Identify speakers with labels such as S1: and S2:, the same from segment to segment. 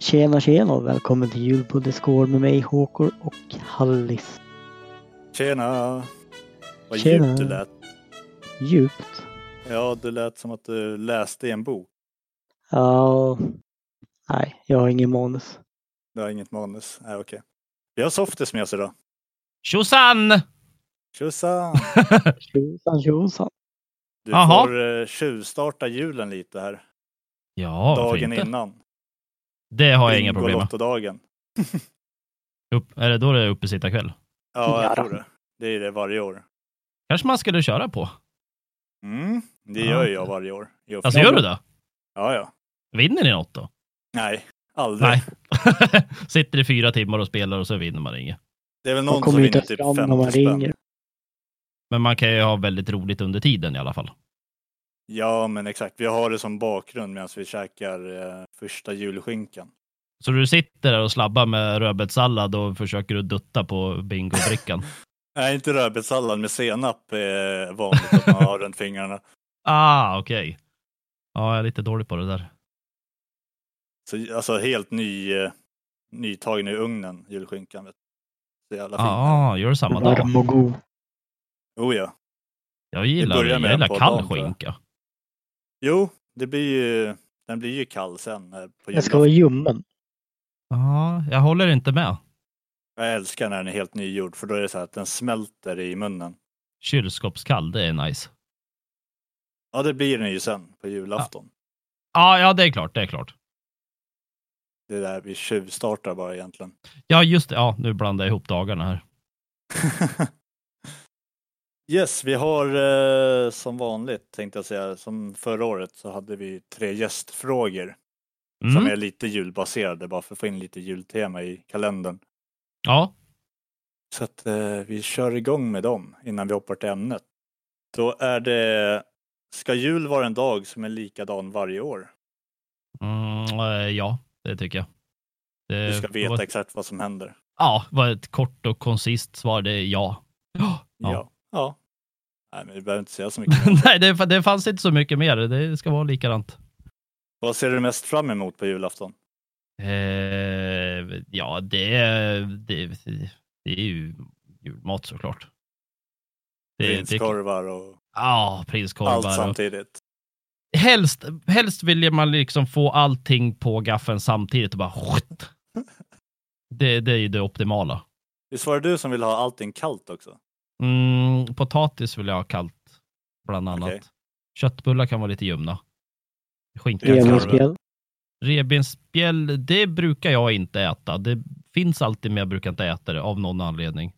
S1: Tjena tjena och välkommen till jul på Discord med mig Håkor och Hallis.
S2: Tjena! Vad
S1: Tjena.
S2: djupt du lät.
S1: Djupt.
S2: Ja, du lät som att du läste i en bok.
S1: Ja. nej, jag har ingen manus.
S2: Du har inget manus. Nej, okej. Vi har Softis med oss idag.
S3: Tjosan!
S2: Tjosan!
S1: Tjosan tjosan.
S2: Du
S3: Jaha.
S2: får eh, tjuvstarta julen lite här.
S3: Ja, varför
S2: dagen
S3: inte?
S2: innan.
S3: Det har jag inga problem med.
S2: dagen.
S3: Upp, är det då det är uppesittarkväll?
S1: Ja
S2: Ja, jag
S1: då.
S2: tror det. Det är det varje år.
S3: Kanske man skulle köra på?
S2: Mm, det
S3: Ja.
S2: gör jag varje år. I Uppland.
S3: Alltså, gör du det?
S2: Ja, ja.
S3: Vinner ni något då?
S2: Nej, aldrig.
S3: Nej. Sitter i fyra timmar och spelar och så vinner man inget.
S2: Det är väl
S1: Man
S2: någon som
S1: kommer ju inte
S2: vinner
S1: ens
S2: typ
S1: fram när man
S2: 50 spänn.
S1: ringer.
S3: Men man kan ju ha väldigt roligt under tiden i alla fall.
S2: Ja, men exakt. Vi har det som bakgrund medan vi käkar eh, första julskinkan.
S3: Så du sitter där och slabbar med rödbetssallad och försöker att dutta på bingobrickan.
S2: Nej, inte rödbetssallad med senap är vanligt att man har runt fingrarna.
S3: ah, okej. Ja, jag är lite dålig på det där.
S2: Så, alltså helt ny, eh, nytagen i ugnen, julskinkan. Vet du. Så jävla
S3: Ja,
S2: fint.
S3: ah, gör det samma dag.
S1: Varm och god.
S2: Oh, ja.
S3: Jag
S2: Vi
S3: gillar,
S2: börjar
S3: jag
S2: med
S3: gillar
S2: på
S3: kall
S2: dagen, tror jag.
S3: skinka.
S2: Jo, det blir ju, den blir ju kall sen. eh, På
S1: Den ska vara
S2: julafton.
S1: ljummen.
S3: Ja, jag håller inte med.
S2: Jag älskar när den är helt nygjord för då är det så här att den smälter i munnen.
S3: Kylskåpskall, det är nice.
S2: Ja, det blir den ju sen på julafton.
S3: Ja, ja, det är klart, det är klart.
S2: Det är där vi tjuvstartar bara egentligen.
S3: Ja, just det. Ja, nu blandar jag ihop dagarna här.
S2: yes, vi har eh, som vanligt tänkte jag säga, som förra året så hade vi tre gästfrågor.
S3: Mm.
S2: som är lite julbaserade bara för att få in lite jultema i kalendern.
S3: Ja,
S2: Så att eh, vi kör igång med dem innan vi hoppar till ämnet. Då är det, ska jul vara en dag som är likadan varje år?
S3: mm, eh, ja, det tycker jag. Det,
S2: Du ska veta
S3: Var,
S2: exakt vad som händer.
S3: ja, var ett kort och koncist svar. Det är ja. Ja.
S2: Ja. ja. Nej, men vi behöver inte säga så mycket. mer.
S3: Nej, det, det fanns inte så mycket mer. Det ska vara likadant.
S2: vad ser du mest fram emot på julafton?
S3: Eh, ja, det, är- det, det är ju julmat såklart. Det, det,
S2: Prinskorvar och
S3: ja,
S2: allt
S3: prinskorvar. och-
S2: samtidigt.
S3: Helst, helst vill ju man liksom få allting på gaffeln samtidigt och bara... Det, det är ju det optimala.
S2: Visst var det du som ville ha allting kallt också?
S3: Mm, potatis vill jag ha kallt, bland annat.
S2: Okej.
S3: Köttbullar kan vara lite ljumna. Skinka.
S2: Revbensspjäll.
S3: kan vara-
S1: Revbensspjäll.
S3: Revbensspjäll, det brukar jag inte äta. Det finns alltid, men jag brukar inte äta det av någon anledning.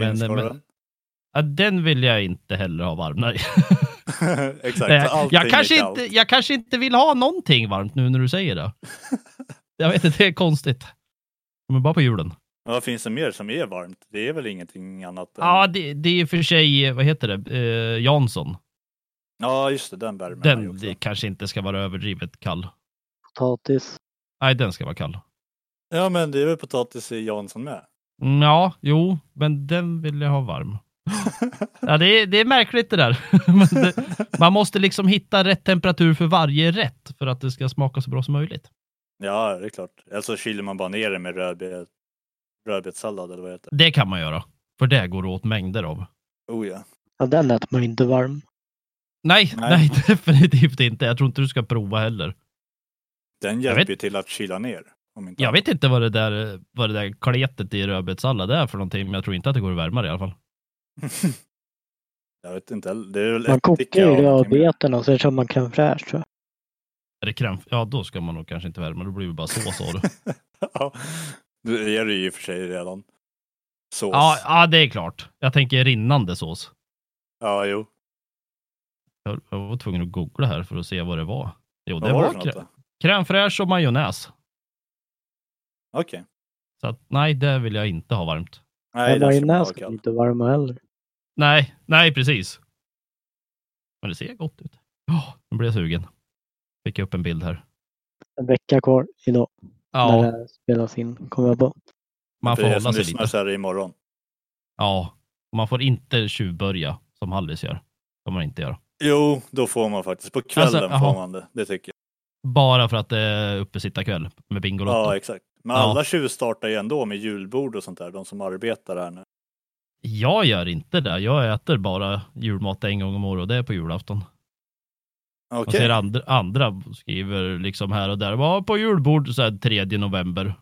S3: Men-
S2: Prinskorven?
S3: Ja, Den vill jag inte heller ha varm. Nej.
S2: exakt,
S3: Nej,
S2: allting
S3: jag, kanske
S2: är kallt.
S3: inte, jag kanske inte vill ha någonting varmt nu när du säger det. jag vet inte, det är konstigt. Men bara på julen.
S2: Men Vad finns det mer som är varmt? Det är väl ingenting annat? än-
S3: Ja, det, det är i och för sig, eh, vad heter det, eh, Jansson.
S2: Ja, just det, den värmen har ju
S3: Den
S2: också.
S3: det kanske inte ska vara överdrivet kall.
S1: Potatis.
S3: Nej, den ska vara kall.
S2: Ja, men det är väl potatis i Jansson med?
S3: Mm, Ja, jo, men den vill jag ha varm. Ja, det, är, det är märkligt det där. Men det, man måste liksom hitta rätt temperatur för varje rätt för att det ska smaka så bra som möjligt.
S2: ja, det är klart. Eller så kyler man bara ner det med rödbet, rödbetssallad eller vad det heter.
S3: Det kan man göra, för det går åt mängder av.
S2: Oh ja.
S1: Ja, den äter man ju inte varm.
S3: Nej,
S2: Nej.
S3: nej, definitivt inte. Jag tror inte du ska prova heller.
S2: Den
S3: Jag
S2: hjälper
S3: vet-
S2: ju till att kyla ner. Om inte
S3: Jag
S2: annat.
S3: vet inte vad det där, vad det där kletet i rödbetssallad är för någonting, men jag tror inte att det går att värma det i alla fall.
S2: jag vet inte heller. Det är väl
S1: Man kokar ju
S2: och någonting mer.
S1: rödbetorna och sen kör man crème fraîche tror jag.
S3: Är det kräm? Ja, då ska man nog kanske inte värma. Då blir det bara sås av det.
S2: ja, det är det ju i och för sig redan. Sås.
S3: ja,
S2: Ja,
S3: ja, det är klart. Jag tänker rinnande sås.
S2: jo.
S3: Jag, jag var tvungen att googla här för att se vad det var. Jo,
S2: Vad
S3: det
S2: var
S3: var,
S2: det för något
S3: krä-
S2: då?
S3: crème fraîche och majonnäs.
S2: Okej.
S3: Så att, nej, det vill jag inte ha varmt.
S2: Nej,
S1: Men
S2: den ska man ha
S1: majonnäs ska
S2: kall.
S1: inte varma heller.
S3: Nej, nej, precis. Men det ser gott ut. Ja, nu blir jag sugen. Fick jag upp en bild här.
S1: En vecka kvar idag när
S3: Ja,
S1: det här spelas in kommer jag på.
S3: man
S2: För
S3: får
S2: er som
S3: hålla sig
S2: lyssnar
S3: lite.
S2: så är det imorgon.
S3: Ja, och man får inte tjuvbörja som Hallis gör. Det får man inte göra.
S2: Jo, då får man faktiskt. På kvällen
S3: Alltså,
S2: får
S3: jaha.
S2: man det. Det tycker jag.
S3: Bara för att det är uppesittarkväll med Bingolotto.
S2: Ja, exakt. Men
S3: Ja.
S2: alla tjuvstartar ju ändå med julbord och sånt där, de som arbetar här nu.
S3: Jag gör inte det. Jag äter bara julmat en gång om året och det är på julafton. Man
S2: Okej,
S3: ser andra, andra skriver liksom här och där. Var på julbord så här 3 november.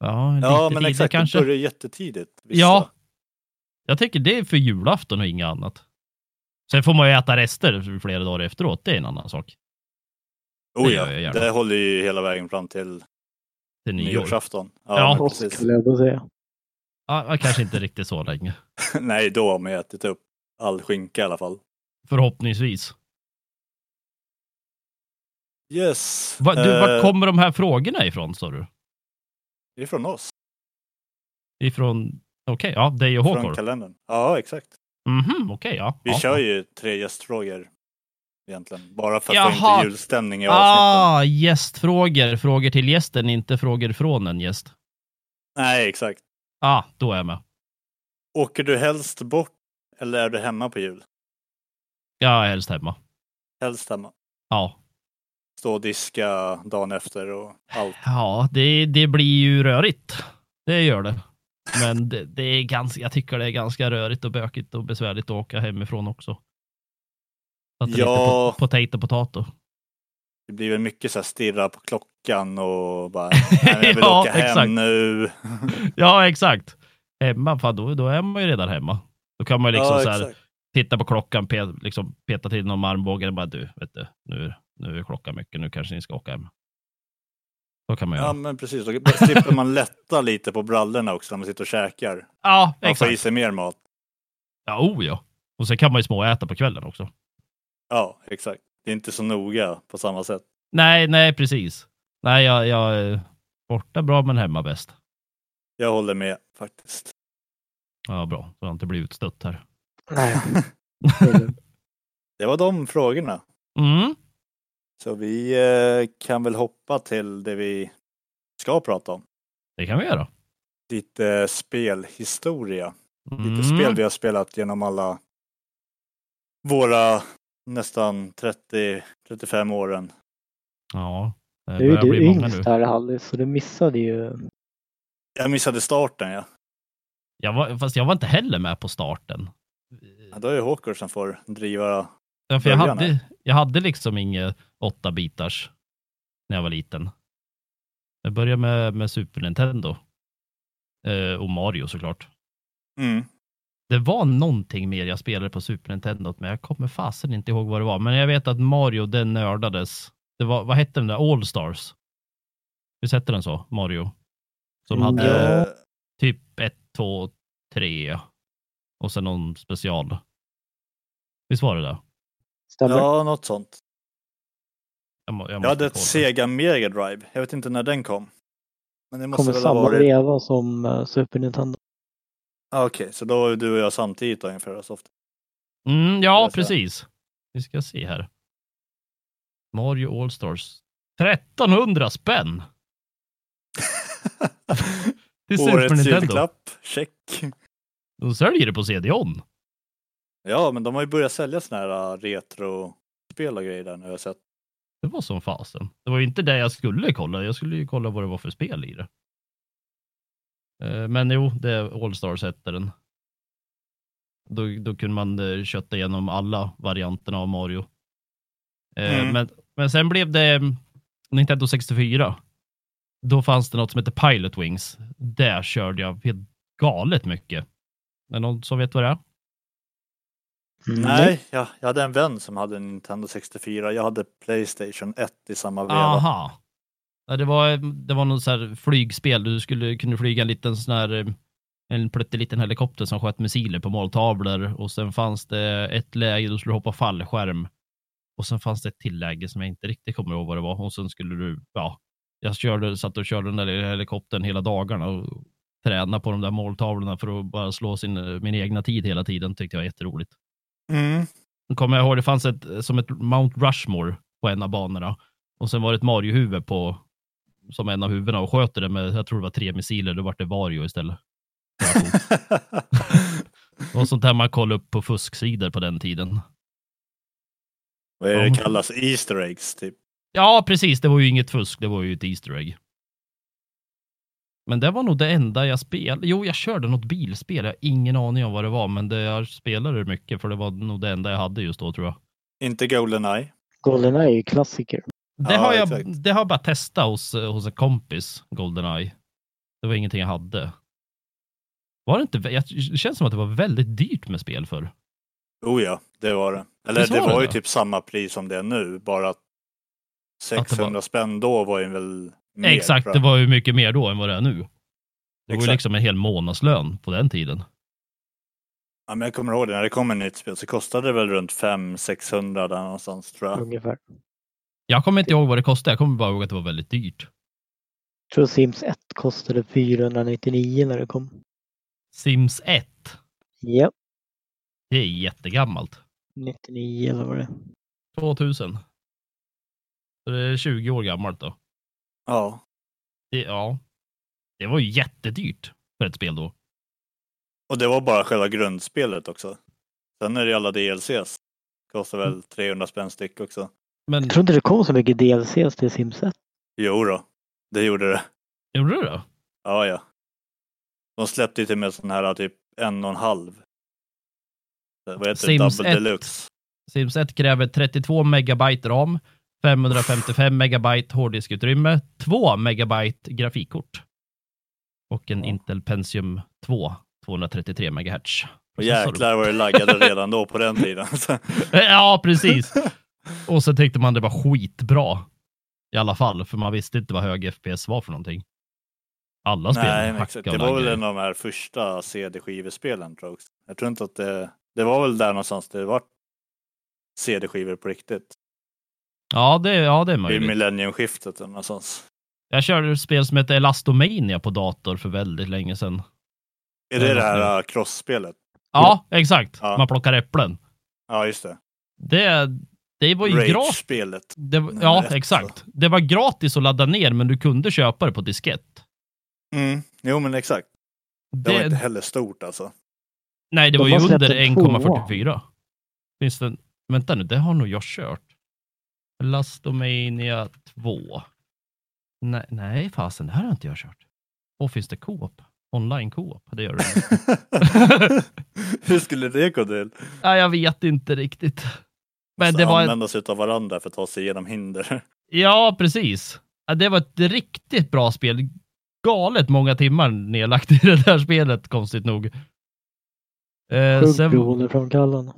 S3: Ja, lite
S2: ja men
S3: tidigt
S2: exakt,
S3: kanske.
S2: det börjar jättetidigt. vissa.
S3: Ja. Jag tycker det är för julafton och inget annat. Sen får man ju äta rester flera dagar efteråt. Det är en annan sak.
S2: Oh,
S3: det
S2: ja.
S3: gör jag
S2: Det,
S3: gärna.
S2: håller ju hela vägen fram till
S3: Till nyår.
S2: nyårsafton.
S3: Ja,
S2: men
S1: Oss
S2: precis.
S1: skulle jag då säga.
S3: Ja, kanske inte riktigt så länge.
S2: Nej, då har man ju ätit upp all skinka i alla fall.
S3: Förhoppningsvis.
S2: Yes.
S3: Va, du,
S2: Eh,
S3: var kommer de här frågorna ifrån sa du?
S2: Det är från Eh, oss,
S3: Ifrån, okej, ja, dig och
S2: från
S3: Håkor.
S2: kalendern. Ja, exakt.
S3: Mhm, okej, ja.
S2: Vi
S3: ja.
S2: kör ju tre gästfrågor egentligen, bara för att få
S3: Jaha.
S2: inte julstämning i avsnitten.
S3: Ah, gästfrågor. Frågor till gästen, inte frågor från en gäst.
S2: Nej, exakt.
S3: Ah, då är jag med.
S2: Åker du helst bort eller är du hemma på jul?
S3: Jag är helst hemma.
S2: Helst hemma.
S3: Ja,
S2: Stå och diska dagen efter och allt.
S3: ja det, det blir ju rörigt. Det gör det. Men det, det är ganska, jag tycker det är ganska rörigt och bökigt och besvärligt att åka hemifrån också. Så att det är
S2: Ja.
S3: lite po- potato, potato.
S2: Det blir väl mycket så här stirra på klockan och bara, nej, men jag vill
S3: Ja,
S2: åka hem
S3: exakt.
S2: nu.
S3: Ja, exakt. Hemma, fan, då, då är man ju redan hemma. Då kan man ju liksom
S2: ja,
S3: så här,
S2: exakt.
S3: titta på klockan, pe liksom peta till någon med armbågen och bara du, vet du, nu, nu är klockan mycket, nu kanske ni ska åka hem. Så kan man göra.
S2: ja,
S3: Ja,
S2: men precis. Då slipper man lätta lite på brallorna också när man sitter och käkar. Man får i
S3: exakt.
S2: sig mer mat.
S3: Ja, oh ja. Och sen kan man ju småäta på kvällen också.
S2: Ja, exakt. Det är inte så noga på samma sätt.
S3: Nej, nej, precis. Nej, jag, jag är borta bra men hemma bäst.
S2: Jag håller med faktiskt.
S3: Ja, bra. Så jag inte blir utstött här.
S1: Nej, det är lugnt.
S2: Det var de frågorna.
S3: Mm.
S2: Så vi eh, kan väl hoppa till det vi ska prata om.
S3: Det kan vi göra.
S2: Lite eh, spelhistoria.
S3: Mm.
S2: Lite spel vi har spelat genom alla våra nästan 30-35 åren.
S3: Ja, det
S1: Nu är
S3: börjar
S1: du
S3: bli många nu.
S1: yngst här Hallis, så du missade ju.
S2: Jag missade starten ja.
S3: Jag var, fast jag var inte heller med på starten.
S2: ja då är det Hawker som får driva.
S3: Ja, för jag,
S2: början
S3: hade, jag hade liksom inget åtta bitars när jag var liten. Jag började med, med Super Nintendo. Eh, och Mario såklart.
S2: Mm.
S3: Det var någonting mer jag spelade på Super Nintendo, men jag kommer fasen inte ihåg vad det var. Men jag vet att Mario, den nördades. Det var, vad hette den där? All Stars. Visst hette den så? Mario? Som
S1: Mm.
S3: hade
S2: Eh,
S3: typ 1, 2, 3 och sen någon special. Visst var det det?
S1: Stämmer?
S2: ja, något sånt.
S3: Jag, må-
S2: Jag
S3: måste
S2: hade ett
S3: kolla.
S2: Sega Mega Drive. Jag vet inte när den kom. Men det måste
S1: Kommer
S2: väl ha
S1: samma
S2: varit...
S1: veva som eh, Super Nintendo.
S2: Ah, Okej, så då är du och jag samtidigt då ungefär. Så ofta.
S3: Mm, ja,
S2: Läsa.
S3: precis. Vi ska se här. Mario Allstars. 1300 spänn till Super
S2: Årets
S3: Nintendo.
S2: julklapp, check.
S3: De säljer det på CD-ON.
S2: Ja, men de har ju börjat sälja såna här äh, retrospel och grejer där nu har jag sett.
S3: Det var som fasen. Det var ju inte det jag skulle kolla. Jag skulle ju kolla vad det var för spel i det. Eh, Men jo, det är Allstars hette den. Då, då kunde man eh, kötta igenom alla varianterna av Mario. Eh,
S2: Mm.
S3: Men, men sen blev det mm, Nintendo 64. Då fanns det något som hette Pilot Wings. Där körde jag helt galet mycket. Är det någon som vet vad det är? Mm.
S2: Nej, jag, jag hade en vän som hade en Nintendo 64. Jag hade Playstation 1 i samma veva.
S3: Aha. Ja, det var, det var något så här flygspel. Du skulle kunna flyga en liten sån här, eh, en plötteliten helikopter som sköt missiler på måltavlor och sen fanns det ett läge då skulle du hoppa fallskärm och sen fanns det ett till läge som jag inte riktigt kommer ihåg vad det var och sen skulle du, ja, jag körde, satt och körde den där lilla helikoptern hela dagarna och träna på de där måltavlorna för att bara slå sin, eh, min egna tid hela tiden tyckte jag var jätteroligt.
S2: Mm.
S3: Nu kommer jag ihåg, det fanns ett, eh, som ett Mount Rushmore på en av banorna. Och sen var det ett Mario-huvud på, som en av huvudena och sköt det med, jag tror det var tre missiler, då vart det Vario istället. Det var coolt. Det var sånt där man kollade upp på fusksidor på den tiden.
S2: Vad är det
S3: Ja.
S2: kallas? Easter eggs typ.
S3: Ja, precis. Det var ju inget fusk. Det var ju ett Easter egg. Men det var nog det enda jag spelade. Jo, jag körde något bilspel. Jag har ingen aning om vad det var, men det jag spelade mycket för det var nog det enda jag hade just då tror jag.
S2: Inte Goldeneye.
S1: Goldeneye är ju klassiker.
S3: Det,
S2: Ja,
S3: har, jag,
S2: exakt.
S3: det har jag bara testat hos, eh, hos en kompis, Goldeneye. Det var ingenting jag hade. Var det inte, vä- jag, det känns som att det var väldigt dyrt med spel för.
S2: Oh ja, det var det. Eller
S3: Visst
S2: det
S3: var det
S2: var ju
S3: det?
S2: typ samma pris som det är nu, bara att
S3: var-
S2: 600 spänn då var ju väl mer.
S3: Exakt,
S2: tror
S3: det
S2: jag.
S3: var ju mycket mer då än vad det är nu. Det var ju
S2: Exakt.
S3: liksom en hel månadslön på den tiden.
S2: Ja, men jag kommer ihåg det, när det kom ett nytt spel så kostade det väl runt 500-600 där någonstans tror jag.
S1: Ungefär.
S3: Jag kommer inte ihåg vad det kostade, jag kommer bara ihåg att det var väldigt dyrt.
S1: Jag tror Sims 1 kostade 499 när det kom.
S3: Sims 1,
S1: Ja,
S3: det är jättegammalt.
S1: 99 eller vad det är.
S3: 2000. Så det är 20 år gammalt då.
S2: Ja,
S3: Det, ja. Det var ju jättedyrt för ett spel då.
S2: och det var bara själva grundspelet också. Sen är det ju alla DLCs. Kostar
S3: Mm.
S2: väl 300 spänn styck också.
S3: Men
S1: Jag tror inte det kom så mycket DLCs till Sims 1.
S2: Jo då, det gjorde det.
S3: gjorde du det?
S2: Ja, ja. De släppte ju till och med sån här typ en och en halv. Vad heter
S3: Sims
S2: det? Double
S3: 1.
S2: Deluxe.
S3: Sims 1 kräver 32 megabyte ram, 555 megabyte hårddiskutrymme, 2 megabyte grafikkort och en
S2: Ja.
S3: Intel Pentium 2, 233 megahertz.
S2: Och jäklar vad det laggade redan då på den tiden. Alltså,
S3: Ja, precis. Och så tänkte man det var skitbra i alla fall, för man visste inte vad hög FPS var för någonting. Alla spel
S2: Nej, men
S3: hackade
S2: exakt.
S3: och
S2: Det var väl
S3: laggade.
S2: en av de här första CD-skivespelen tror jag också. Jag tror inte att det... Det var väl där någonstans det var CD-skivor på riktigt.
S3: Ja, det, ja, det är
S2: Vid
S3: möjligt.
S2: millenniumskiftet eller någonstans.
S3: Jag körde ett spel som heter Elastomania på dator för väldigt länge sedan.
S2: Är
S3: Det
S2: det det
S3: måste
S2: här äh, crossspelet?
S3: Ja, exakt.
S2: Ja.
S3: Man plockar äpplen.
S2: Ja, just det.
S3: Det, det var ju gratis.
S2: Rage-spelet.
S3: Det, var-
S2: nummer
S3: ja,
S2: ett,
S3: exakt. Det var gratis att ladda ner, men du kunde köpa det på diskett.
S2: Mm. Jo, men exakt. Det, var
S3: Det-
S2: inte heller stort alltså.
S3: nej, det
S1: De
S3: var ju
S1: har släppt
S3: under
S1: en tvåa.
S3: 1,44. Finns det en, vänta nu, det har nog jag kört. Elastomania 2. Nej, nej fasen, det här har inte jag kört. Och finns det co-op? Online co-op? Det gör det. inte.
S2: Hur skulle det gå till?
S3: nej, jag vet inte riktigt. Men
S2: Så
S3: det var,
S2: Använda sig av varandra för att ta sig igenom hinder.
S3: Ja, precis. Ja, Det var ett riktigt bra spel. Galet många timmar nedlagt i det där spelet, konstigt nog. Eh,
S1: Sjukt
S3: sen,
S1: beroendeframkallande.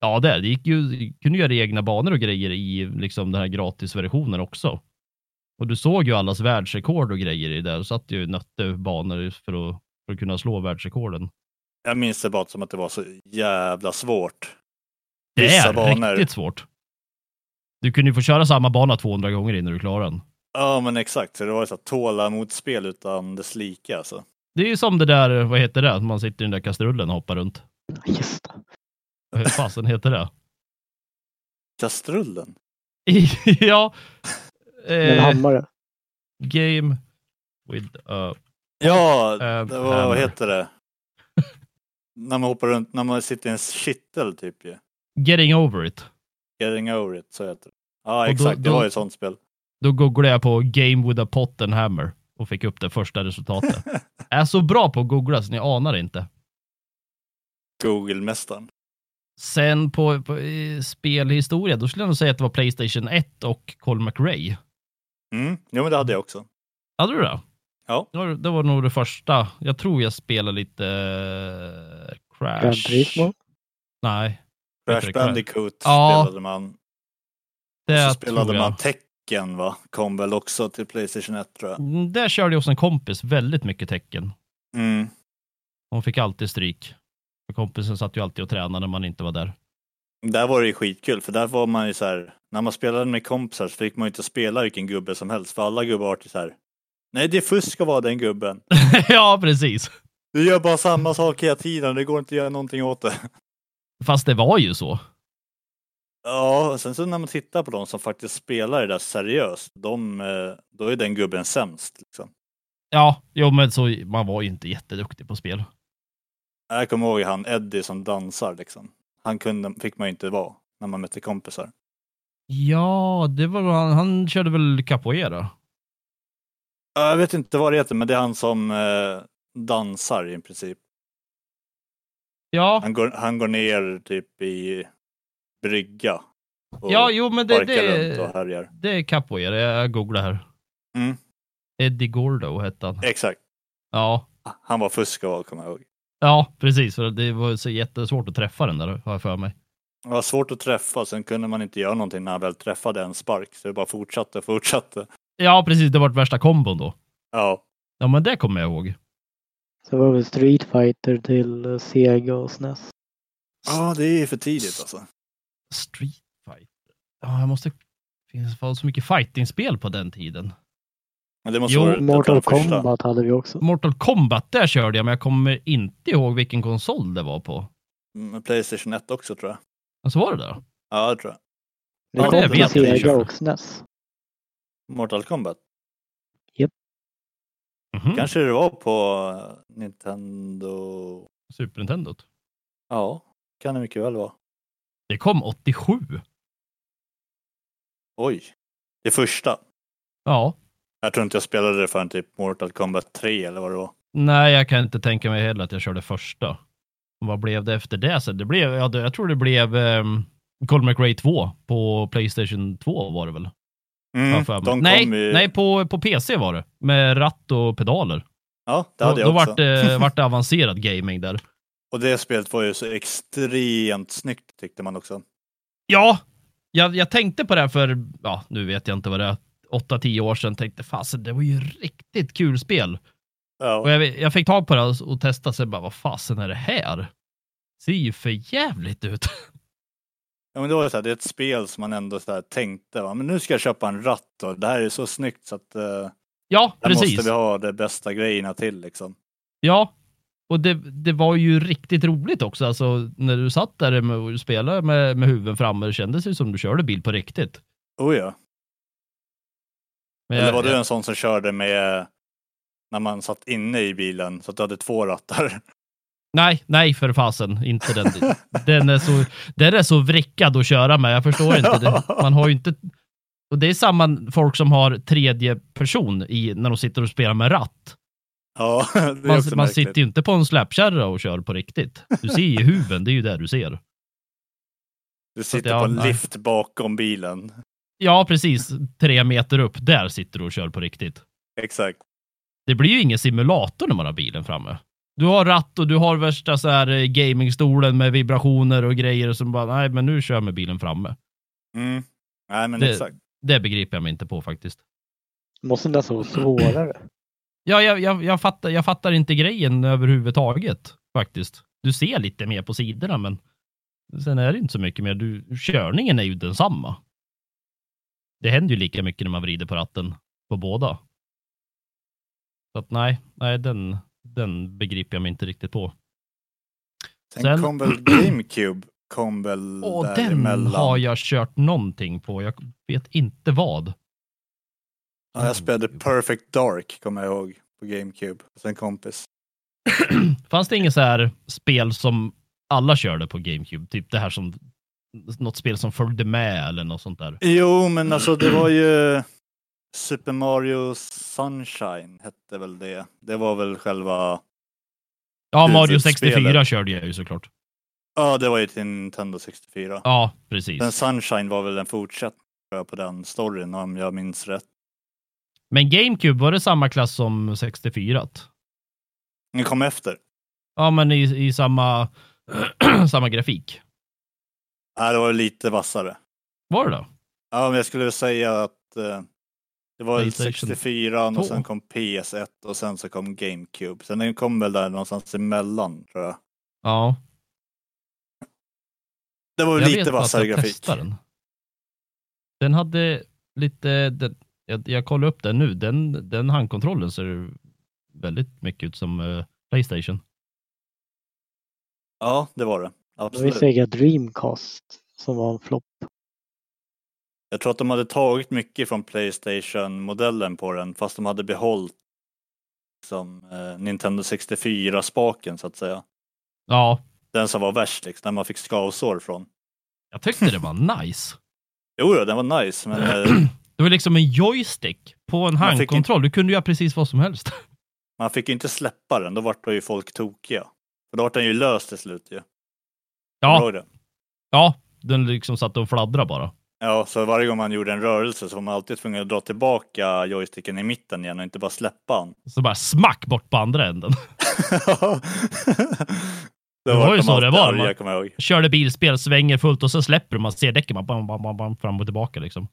S3: ja, det, det gick ju, kunde göra egna banor och grejer i liksom, den här gratisversionen också. Och du såg ju allas världsrekord och grejer i det. Du satt ju och nötte banor för att, för att kunna slå världsrekorden.
S2: Jag minns det bara som att det var så jävla svårt.
S3: Det
S2: Vissa
S3: är
S2: banor.
S3: riktigt svårt. Du kunde ju få köra samma bana 200 gånger innan du klarar den.
S2: Ja men exakt, så det var ju så här tålamodsspel utan dess like alltså.
S3: Det är ju som det där, vad heter det, man sitter i den där kastrullen och hoppar runt.
S1: Just det.
S3: Hur fasen heter det?
S2: Kastrullen?
S3: ja.
S1: Med en
S3: Eh,
S1: hammare.
S3: game with a...
S2: Ja,
S3: Eh,
S2: det var, vad
S3: hammer.
S2: heter det? när man hoppar runt, när man sitter i en kittel typ ju.
S3: Getting over it.
S2: Getting over it, så heter det. Ja
S3: då-
S2: exakt, det
S3: då-
S2: var ju ett sånt spel.
S3: Då googlade jag på game with a pot and hammer och fick upp det första resultatet. jag är så bra på att googla så ni anar inte.
S2: Google-mästaren.
S3: Sen på, på eh, spelhistoria, då skulle jag nog säga att det var Playstation 1 och Col McRae.
S2: Mm. Jo men det hade jag också.
S3: Hade du det?
S2: Ja.
S3: Det var, det var nog det första. Jag tror jag spelade lite eh, Crash.
S1: Gran Turismo.
S3: Nej. Heter
S2: Crash
S3: det Crash?
S2: Bandicoot
S3: Ja,
S2: spelade man.
S3: Det
S2: så spelade
S3: tror jag.
S2: man Tekken va? Kom väl också till Playstation 1 tror jag.
S3: Mm, Där körde jag hos en kompis väldigt mycket tecken.
S2: Mm.
S3: Hon fick alltid stryk. För Kompisen satt ju alltid och tränade när man inte var där.
S2: Där var det ju skitkul för där var man ju så här, när man spelade med kompisar så fick man ju inte spela vilken gubbe som helst för alla gubbar var ju så här. Nej det är fusk att vara den gubben.
S3: ja, precis.
S2: Du gör bara samma sak hela tiden, det går inte att göra någonting åt det.
S3: Fast det var ju så.
S2: Ja, och sen så när man tittar på de som faktiskt spelar det där seriöst, de, eh, då är den gubben sämst. Liksom.
S3: Ja, jo, men så, man var ju inte jätteduktig på spel.
S2: Jag kommer ihåg han Eddie som dansar liksom. Han kunde, fick man ju inte vara när man mötte kompisar.
S3: Ja, det var han. Han körde väl capoeira?
S2: Ja, Jag vet inte vad det heter, men det är han som eh, dansar i princip.
S3: Ja,
S2: Han går, han går ner typ i brygga. Och
S3: ja, jo, men det,
S2: Parkar runt
S3: det,
S2: och härjar.
S3: det är capoeira. Jag googlar här.
S2: Mm.
S3: Eddie Gordo hette han.
S2: Exakt.
S3: Ja,
S2: Han var fusk av kommer jag ihåg.
S3: ja, precis. För det var ju så jättesvårt att träffa den där, har jag för mig.
S2: Det var svårt att träffa, sen kunde man inte göra någonting när han väl träffade en spark. Så det bara fortsatte, fortsatte.
S3: Ja, precis. Det var värsta kombon då.
S2: Ja,
S3: Ja, men det kommer jag ihåg.
S1: Så var det Street Fighter till eh, Sega och SNES.
S2: ja det är för tidigt alltså.
S3: Street Fighter. Ja, jag måste... Det finns fan så mycket fightingspel på den tiden.
S2: Men det måste
S3: Jo,
S2: vara ett av de
S1: Mortal
S2: första.
S1: Kombat hade vi också.
S3: Mortal Kombat, där körde jag, men jag kommer inte ihåg vilken konsol det var på.
S2: Mm, Playstation 1 också tror jag.
S3: Alltså var det där?
S2: Ja, det tror jag.
S1: Det
S3: Ja,
S1: kom
S3: det
S1: till
S3: vet jag att
S1: Sega
S3: vi körde.
S1: och E SNES.
S2: Mortal Kombat.
S3: Mhm.
S2: Kanske det var på eh, Nintendo...
S3: Super Nintendo.
S2: Ja, kan det mycket väl vara.
S3: Det kom 87.
S2: Oj. Det första.
S3: Ja.
S2: Jag tror inte jag spelade det förrän typ Mortal Kombat 3 eller vad det var.
S3: Nej, jag kan inte tänka mig heller att jag körde första. Och Vad blev det efter det sen? Det blev, ja, det, jag tror det blev um, Call McRae 2 på Playstation 2 var det väl?
S2: Mm,
S3: har jag för mig.
S2: de
S3: nej,
S2: kom ju...
S3: nej på, på PC var det. Med ratt och pedaler.
S2: Ja, det hade
S3: då
S2: jag
S3: då
S2: också.
S3: vart det, vart det avancerad gaming där.
S2: Och det spelet var ju så extremt snyggt tyckte man också.
S3: Ja, jag, jag tänkte på det här för, ja, nu vet jag inte vad det är, 8-10 år sedan. Tänkte, fasen, det var ju riktigt kul spel. Och
S2: Ja.
S3: jag, jag fick tag på det och- och testa, så jag bara, vad fasen är det här? Ser ju för jävligt ut.
S2: ja, men det var ju så här, det är ett spel som man ändå så här tänkte, va? men nu ska jag köpa en ratt och det här är så snyggt så att eh,
S3: Ja,
S2: här
S3: precis.
S2: måste vi ha de bästa grejerna till liksom.
S3: Ja, och det, det var ju riktigt roligt också. Alltså, när du satt där med- och spelade med, med huven framme, det kändes ju som du körde bil på riktigt.
S2: Oh ja.
S3: Men
S2: Eller
S3: jag-
S2: var du
S3: jag-
S2: en sån som körde med när man satt inne i bilen så att du hade två rattar?
S3: Nej, nej för fasen, inte den. den, är så, den är så vrickad att köra med, jag förstår inte. Det, man har ju inte... Och det är samma folk som har tredje person i, när de sitter och spelar med ratt.
S2: ja, det är
S3: Man,
S2: också
S3: man
S2: märkligt.
S3: sitter ju inte på en släpkärra och kör på riktigt. Du ser ju huven, det är ju där du ser.
S2: Du
S3: så att
S2: sitter
S3: jag-
S2: på en
S3: nej.
S2: lift bakom bilen.
S3: Ja, precis. Tre meter upp, där sitter du och kör på riktigt.
S2: Exakt.
S3: Det blir ju ingen simulator när man har bilen framme. Du har ratt och du har värsta så här eh, gamingstolen med vibrationer och grejer som bara, nej men nu kör jag med bilen framme.
S2: Mm. Nej men
S3: Det-
S2: exakt.
S3: Det begriper jag mig inte på faktiskt.
S1: Måste nästan vara svårare.
S3: Ja, jag, jag, jag, fattar, jag fattar inte grejen överhuvudtaget faktiskt. Du ser lite mer på sidorna, men sen är det inte så mycket mer. Du, körningen är ju densamma. Det händer ju lika mycket när man vrider på ratten på båda. Så att nej, nej den, den begriper jag mig inte riktigt på.
S2: Sen,
S3: Sen-
S2: kom väl GameCube kom väl
S3: Åh, den
S2: däremellan.
S3: har jag kört någonting på. Jag vet inte vad.
S2: Ja, jag spelade Perfect Dark kommer jag ihåg på GameCube. hos en kompis.
S3: Fanns det inget så här spel som alla körde på GameCube? Typ det här som något spel som följde med eller något sånt där.
S2: Jo, men alltså det var ju Super Mario Sunshine hette väl det. Det var väl själva,
S3: Ja,
S2: Det är
S3: Mario
S2: ett
S3: 64
S2: spelet.
S3: körde jag ju såklart.
S2: ja det var ju till Nintendo 64.
S3: Ja,
S2: Men
S3: precis.
S2: Sunshine var väl en fortsättning tror jag, på den storyn om jag minns rätt.
S3: Men GameCube, var det samma klass som 64?
S2: Den kom efter.
S3: Ja, men i, i samma, samma grafik.
S2: Ja, det var lite vassare.
S3: Var det då?
S2: Ja, men jag skulle väl säga att eh, det var
S3: PlayStation
S2: 64 och sen
S3: två.
S2: kom PS1 och sen så kom GameCube. Sen den kom väl där någonstans emellan tror jag.
S3: Ja.
S2: Det var
S3: Jag
S2: väl
S3: vet
S2: lite
S3: bara att
S2: vassare
S3: jag
S2: grafik.
S3: testade Den. den hade lite, den, jag, jag kollar upp den nu, den, den handkontrollen ser väldigt mycket ut som eh, Playstation.
S2: Ja, det var det.
S1: Det var ju
S2: Absolut.
S1: Sega Dreamcast som var en flopp.
S2: Jag tror att de hade tagit mycket från Playstation-modellen på den fast de hade behållit liksom, eh, Nintendo 64-spaken så att säga.
S3: Ja,
S2: Den som var värst, liksom, den man fick skavsår från.
S3: jag tyckte det var nice.
S2: Jo, då, den var nice, men eh,
S3: Det var liksom en joystick på en
S2: Man fick
S3: handkontroll. Du kunde göra precis vad som helst.
S2: man fick ju inte släppa den. Då vart det ju folk tokiga. För då vart den ju lös till slut ju. Kommer du
S3: Ja,
S2: ihåg det?
S3: ja. Den liksom satt och fladdrade bara.
S2: Ja, så varje gång man gjorde en rörelse så var man alltid tvungen att dra tillbaka joysticken i mitten igen och inte bara släppa den.
S3: Så bara smack bort på andra änden.
S2: Då
S3: Det var
S2: vart
S3: ju
S2: de
S3: så
S2: alltid
S3: det var,
S2: arga,
S3: va?
S2: kommer jag ihåg.
S3: Körde bilspel, svänger fullt och så släpper du. Man ser däcken man bam, bam, bam, bam, fram och tillbaka liksom.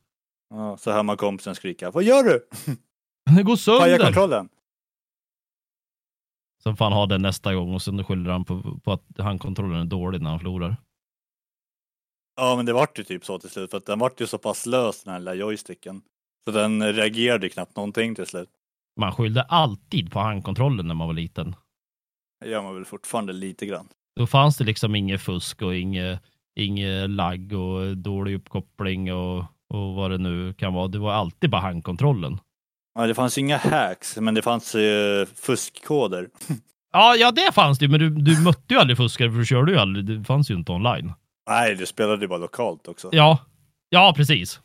S2: Ja, så hör man kompisen skrika. Vad gör du?
S3: Det går
S2: Paja
S3: sönder!
S2: kontrollen.
S3: Sen får han ha den nästa gång och sen skyller han på, på att handkontrollen är dålig när han förlorar.
S2: Ja, men det vart ju typ så till slut. För att den vart ju så pass lös, den här lilla joysticken. Så den eh, reagerade ju knappt någonting till slut.
S3: Man skyllde alltid på handkontrollen när man var liten.
S2: Det gör man väl fortfarande lite grann.
S3: Då fanns det liksom inget fusk och inget, inget lagg och dålig uppkoppling och, och vad det nu kan vara. Det var alltid bara handkontrollen.
S2: Ja, det fanns ju inga hacks, men det fanns eh, fuskkoder.
S3: Ja, ja, det fanns det ju, men du, du mötte ju aldrig fuskare för du körde ju aldrig. Det fanns ju inte online.
S2: Nej, du spelade ju bara lokalt också.
S3: Ja, ja precis.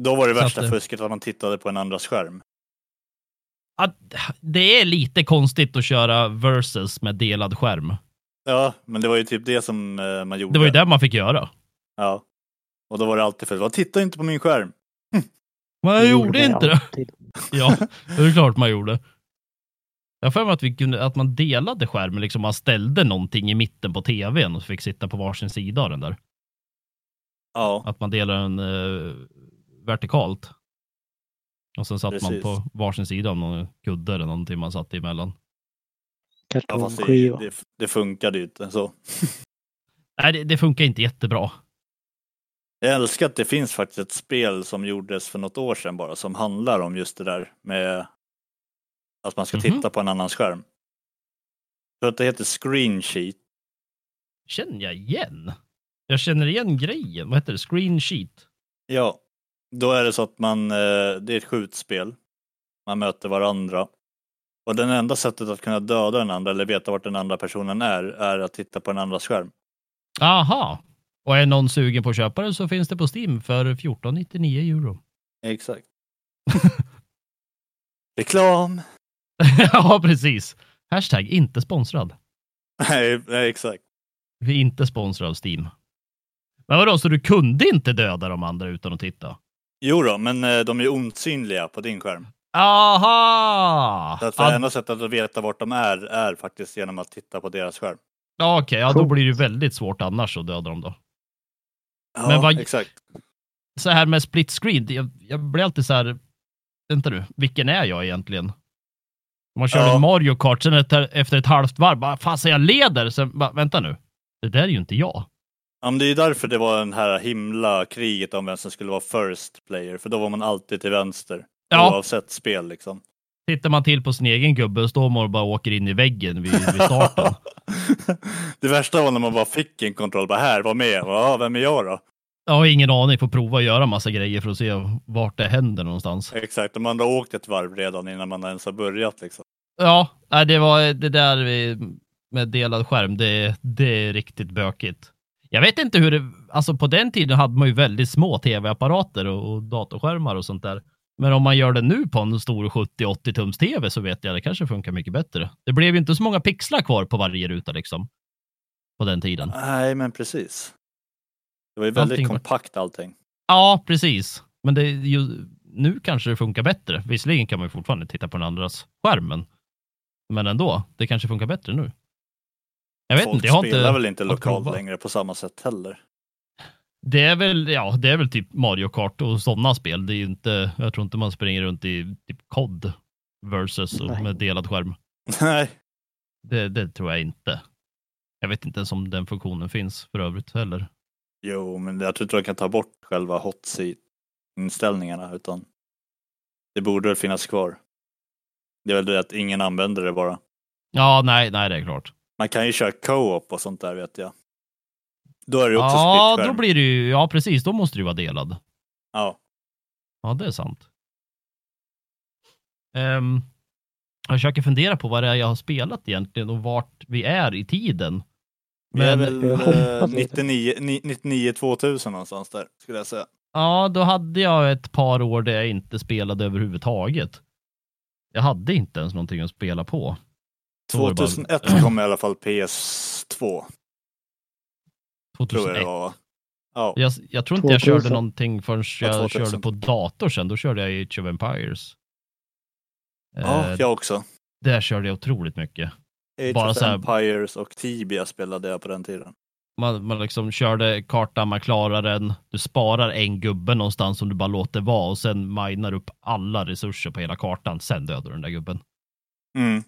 S2: Då var det
S3: Så att
S2: värsta
S3: det-
S2: fusket att man tittade på en andras skärm.
S3: Att, det är lite konstigt att köra versus med delad skärm.
S2: Ja, men det var ju typ det som eh, man gjorde.
S3: Det var ju det man fick göra.
S2: Ja. Och då var det alltid för att titta inte på min skärm.
S3: Men jag gjorde
S1: man
S3: inte det.
S1: alltid.
S3: Ja, det är klart man gjorde. Jag har för mig att, vi kunde, att man delade skärmen, liksom man ställde någonting i mitten på tvn och fick sitta på varsin sida av den där.
S2: Ja,
S3: Att man delade den eh, vertikalt. Och sen satt man
S2: Precis.
S3: på varsin sida av någon kudde eller någonting man satt emellan.
S2: ja fast det,
S1: Kartongskiva.
S2: det, det funkade ju inte så.
S3: Nej, det, det funkar inte jättebra.
S2: Jag älskar att det finns faktiskt ett spel som gjordes för något år sedan bara som handlar om just det där med att man ska
S3: Mhm.
S2: titta på en annan skärm. Jag tror att det heter Screen Sheet.
S3: Känner jag igen? Jag känner igen grejen. Vad heter det? Screen sheet?
S2: Ja, då är det så att man, eh, det är ett skjutspel. Man möter varandra. Och det enda sättet att kunna döda den andra eller veta vart den andra personen är, är att titta på den andras skärm.
S3: Aha! Och är någon sugen på att köpa det så finns det på Steam för 14,99 euro.
S2: Exakt. Reklam!
S3: ja, precis. Hashtag inte sponsrad.
S2: Nej, nej, exakt.
S3: Vi är inte sponsrade av Steam. Men vadå, så du kunde inte döda de andra utan att titta?
S2: Jo då, men eh, de är ju osynliga på din skärm.
S3: Aha!
S2: Så att det
S3: Ja,
S2: enda sättet att veta vart de är, är faktiskt genom att titta på deras skärm.
S3: Okej, ja, då blir det ju väldigt svårt annars att döda dem då.
S2: Ja,
S3: Men vad-
S2: exakt.
S3: Så här med split screen, det- jag, jag blir alltid så här, vänta nu, vilken är jag egentligen? Om Man kör
S2: Ja.
S3: en Mario Kart, sen ett, efter ett halvt varv, bara, fan så jag leder, sen bara, vänta nu, det där är ju inte jag.
S2: Ja, men det är ju därför det var den här himla kriget om vem som skulle vara first player, för då var man alltid till vänster.
S3: Ja.
S2: Oavsett spel liksom.
S3: Tittar man till på sin egen gubbe, står man och bara åker in i väggen vid, vid starten.
S2: det värsta var när man bara fick en kontroll, bara här, var med, ja, vem är jag då?
S3: Jag har ingen aning, får prova att göra massa grejer för att se vart det händer någonstans.
S2: Exakt, de andra har åkt ett varv redan innan man ens har börjat liksom.
S3: Ja, nej, det var det där vi- med delad skärm, det, det är riktigt bökigt. Jag vet inte hur det, alltså på den tiden hade man ju väldigt små tv-apparater och, och datorskärmar och sånt där. Men om man gör det nu på en stor 70-80 tums tv så vet jag, det kanske funkar mycket bättre. Det blev ju inte så många pixlar kvar på varje ruta liksom. På den tiden.
S2: Nej, men precis. Det var ju väldigt
S3: Allting var-
S2: kompakt allting.
S3: Ja, precis. Men det, är ju, nu kanske det funkar bättre. Visserligen kan man ju fortfarande titta på den andras skärmen. Men ändå, det kanske funkar bättre nu. Jag vet
S2: Folk
S3: inte, jag har
S2: spelar
S3: inte...
S2: väl inte lokalt
S3: provat.
S2: längre på samma sätt heller.
S3: Det är väl, ja, det är väl typ Mario Kart och sådana spel. Det är ju inte, jag tror inte man springer runt i typ COD versus och
S1: Nej.
S3: med delad skärm.
S2: Nej,
S3: Det, det tror jag inte. Jag vet inte ens om den funktionen finns för övrigt heller.
S2: Jo, men jag tror inte de kan ta bort själva hot seat-inställningarna, utan det borde väl finnas kvar. Det är väl det att ingen använder det bara.
S3: Ja, nej, nej, det är klart.
S2: Man kan ju köra co-op och sånt där vet jag. Då är det ju också
S3: Ja,
S2: split
S3: då
S2: skärm.
S3: blir det ju, ja precis, då måste det ju vara delad.
S2: Ja,
S3: Ja, det är sant. Ehm, jag försöker fundera på vad det är jag har spelat egentligen och vart vi är i tiden.
S2: vi är
S3: Men
S2: väl
S1: Jag hoppas
S2: eh,
S1: inte.
S2: 99 ni- 99 2000 någonstans där, skulle jag säga.
S3: Ja, då hade jag ett par år där jag inte spelade överhuvudtaget. Jag hade inte ens någonting att spela på. Då var det bara-
S2: 2001 kom i alla fall PS2, tror jag det
S3: 2001.
S2: var. va? Ja,
S3: Jag, jag tror inte jag
S1: 2000.
S3: körde någonting förrän jag
S2: Ja, 2000.
S3: körde på dator sen. Då körde jag Age of Empires.
S2: ja
S3: eh,
S2: jag också.
S3: Där körde jag otroligt mycket.
S2: Age
S3: bara
S2: of
S3: så här-
S2: Empires och Tibia spelade jag på den tiden.
S3: Man, man liksom körde kartan, man klarar den. Du sparar en gubbe någonstans som du bara låter vara och sen minar upp alla resurser på hela kartan. Sen dödar du den där gubben.
S2: Mm.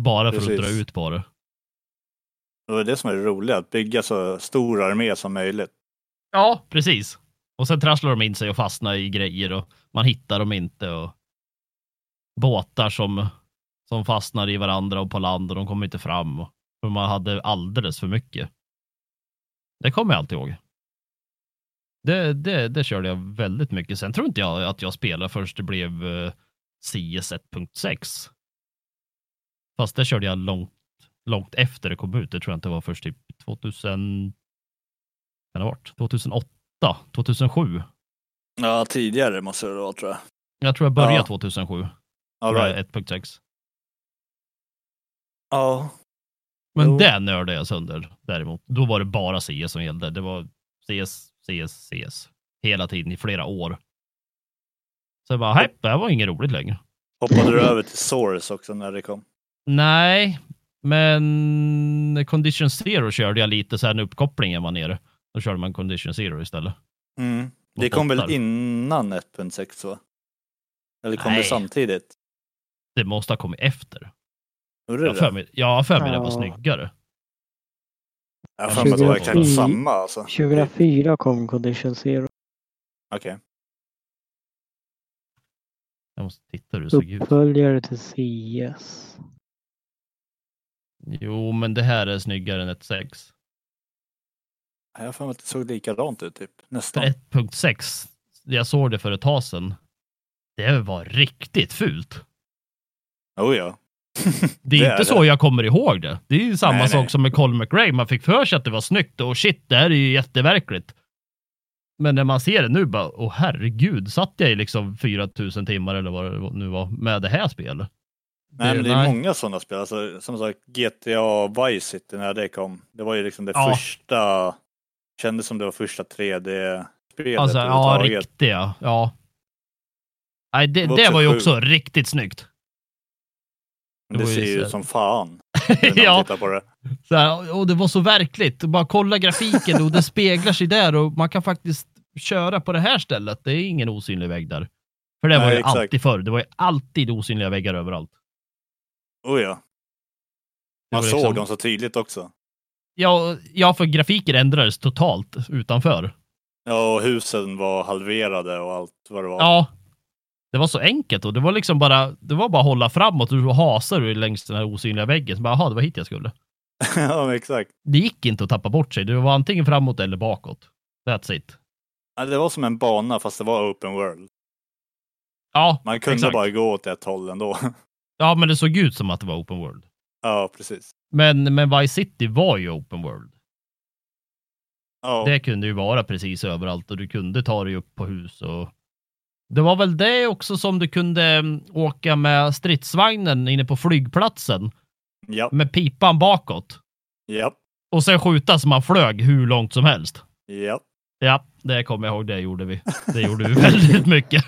S3: Bara för att
S2: Precis.
S3: dra ut på det.
S2: Det var det som är det roliga, att bygga så stor armé som möjligt.
S3: Ja, precis. Och sen trasslar de in sig och fastnar i grejer och man hittar dem inte och båtar som, som fastnar i varandra och på land och de kommer inte fram. och- För man hade alldeles för mycket. Det kommer jag alltid ihåg. Det, det, det körde jag väldigt mycket. Sen tror inte jag att jag spelade först det blev eh, CS 1.6. Fast det körde jag långt, långt efter det kom ut. Det tror jag inte var först typ 2000 kan det ha varit? 2008, 2007.
S2: Ja, tidigare måste det vara tror jag.
S3: Jag tror jag började
S2: Ja.
S3: 2007
S2: All
S3: med
S2: right.
S3: 1.6.
S2: Ja,
S3: Men
S2: Jo.
S3: det nördade jag sönder däremot. Då var det bara CS som gällde. Det var CS, CS, CS hela tiden i flera år. Så jag bara, hej, det här var inget roligt längre.
S2: hoppade du över till Source också när det kom?
S3: Nej, men Condition Zero körde jag lite sen uppkopplingen var nere. Då körde man Condition Zero istället.
S2: Mm.
S3: Mot
S2: Det kom väl
S3: bottar.
S2: innan 1.6 va? Eller kom
S3: Nej.
S2: det samtidigt?
S3: Det måste ha kommit efter.
S2: Gjorde
S3: Jag har
S2: det?
S3: för mig, jag har för mig det var
S1: Ja.
S3: snyggare.
S2: Jag har för mig att det var exakt
S1: 2004.
S2: samma alltså.
S1: 2004 kom Condition Zero.
S2: Okej.
S3: Jag måste titta hur det såg ut.
S1: Uppföljare till CS.
S3: Jo, men det här är snyggare än 1.6.
S2: Jag har för mig att det såg likadant ut typ.
S3: För
S2: Nästan.
S3: 1.6, jag såg det för ett tag sedan. Det var riktigt fult.
S2: Oh ja.
S3: Det är
S2: Det är
S3: inte
S2: det.
S3: så jag kommer ihåg det. Det är ju samma
S2: Nej,
S3: sak
S2: nej.
S3: som med Colin McRae. Man fick för sig att det var snyggt och shit, det här är ju jätteverkligt. Men när man ser det nu bara, åh herregud, satt jag i liksom 4000 timmar eller vad det nu var med det här spelet?
S2: Nej, men det är
S3: nej.
S2: många sådana spel. Alltså, som sagt, GTA Vice City när det kom. Det var ju liksom det
S3: Ja.
S2: första. Kändes som det var första 3D-spelet
S3: Alltså, ja,
S2: överhuvudtaget.
S3: riktiga. Ja. Nej, det,
S2: Det var
S3: det
S2: också
S3: var ju
S2: sjukt.
S3: också riktigt snyggt.
S2: Men
S3: det
S2: Det
S3: var ju
S2: ser ju
S3: så-
S2: ut som fan. nu När
S3: Ja.
S2: man tittar på det.
S3: Så här, och det var så verkligt. Bara kolla grafiken och det speglar sig där och man kan faktiskt köra på det här stället. Det är ingen osynlig vägg där. För det var
S2: Nej,
S3: ju
S2: exakt.
S3: alltid förr. Det var ju alltid osynliga väggar överallt.
S2: Oh ja. Man
S3: var
S2: såg
S3: liksom-
S2: dem så tydligt också.
S3: Ja, ja, för grafiken ändrades totalt utanför.
S2: Ja, och husen var halverade och allt vad det var.
S3: Ja. Det var så enkelt och det var liksom bara, det var bara att hålla framåt och hasar du längs den här osynliga väggen. Så bara, aha, det var hit jag skulle.
S2: ja men exakt.
S3: Det gick inte att tappa bort sig. Det var antingen framåt eller bakåt. That's it.
S2: Ja, det var som en bana fast det var open world.
S3: Ja,
S2: Man kunde
S3: exakt.
S2: bara gå åt ett håll ändå.
S3: ja, men det såg ut som att det var open world.
S2: ja, precis.
S3: Men, men Vice City var ju open world.
S2: Ja,
S3: Det kunde ju vara precis överallt och du kunde ta dig upp på hus och det var väl det också som du kunde mm, åka med stridsvagnen inne på flygplatsen
S2: ja,
S3: med pipan bakåt
S2: ja,
S3: och sen skjuta så man flög hur långt som helst.
S2: ja.
S3: Ja, det kommer jag ihåg. Det gjorde vi. Det gjorde vi väldigt mycket.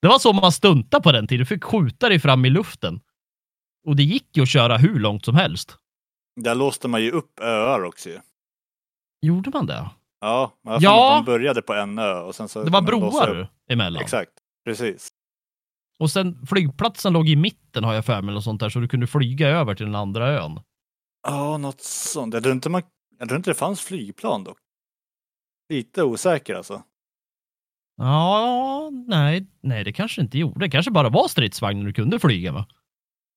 S3: Det var så man stuntade på den tiden. Du fick skjuta dig fram i luften och det gick ju att köra hur långt som helst.
S2: Där låste man ju upp öar också ju.
S3: Gjorde man det?
S2: Ja, men jag
S3: Ja.
S2: ja. de började på en ö och sen så...
S3: Det var
S2: kunde man låsa upp.
S3: broar emellan.
S2: Exakt, precis.
S3: Och sen flygplatsen låg i mitten har jag för mig, eller sånt där, så du kunde flyga över till den andra ön.
S2: Ja, något sånt. Jag tror, inte man... jag tror inte det fanns flygplan dock. Lite osäker alltså.
S3: Ja, nej, nej, det kanske inte gjorde. Det kanske bara var stridsvagnen du kunde flyga med.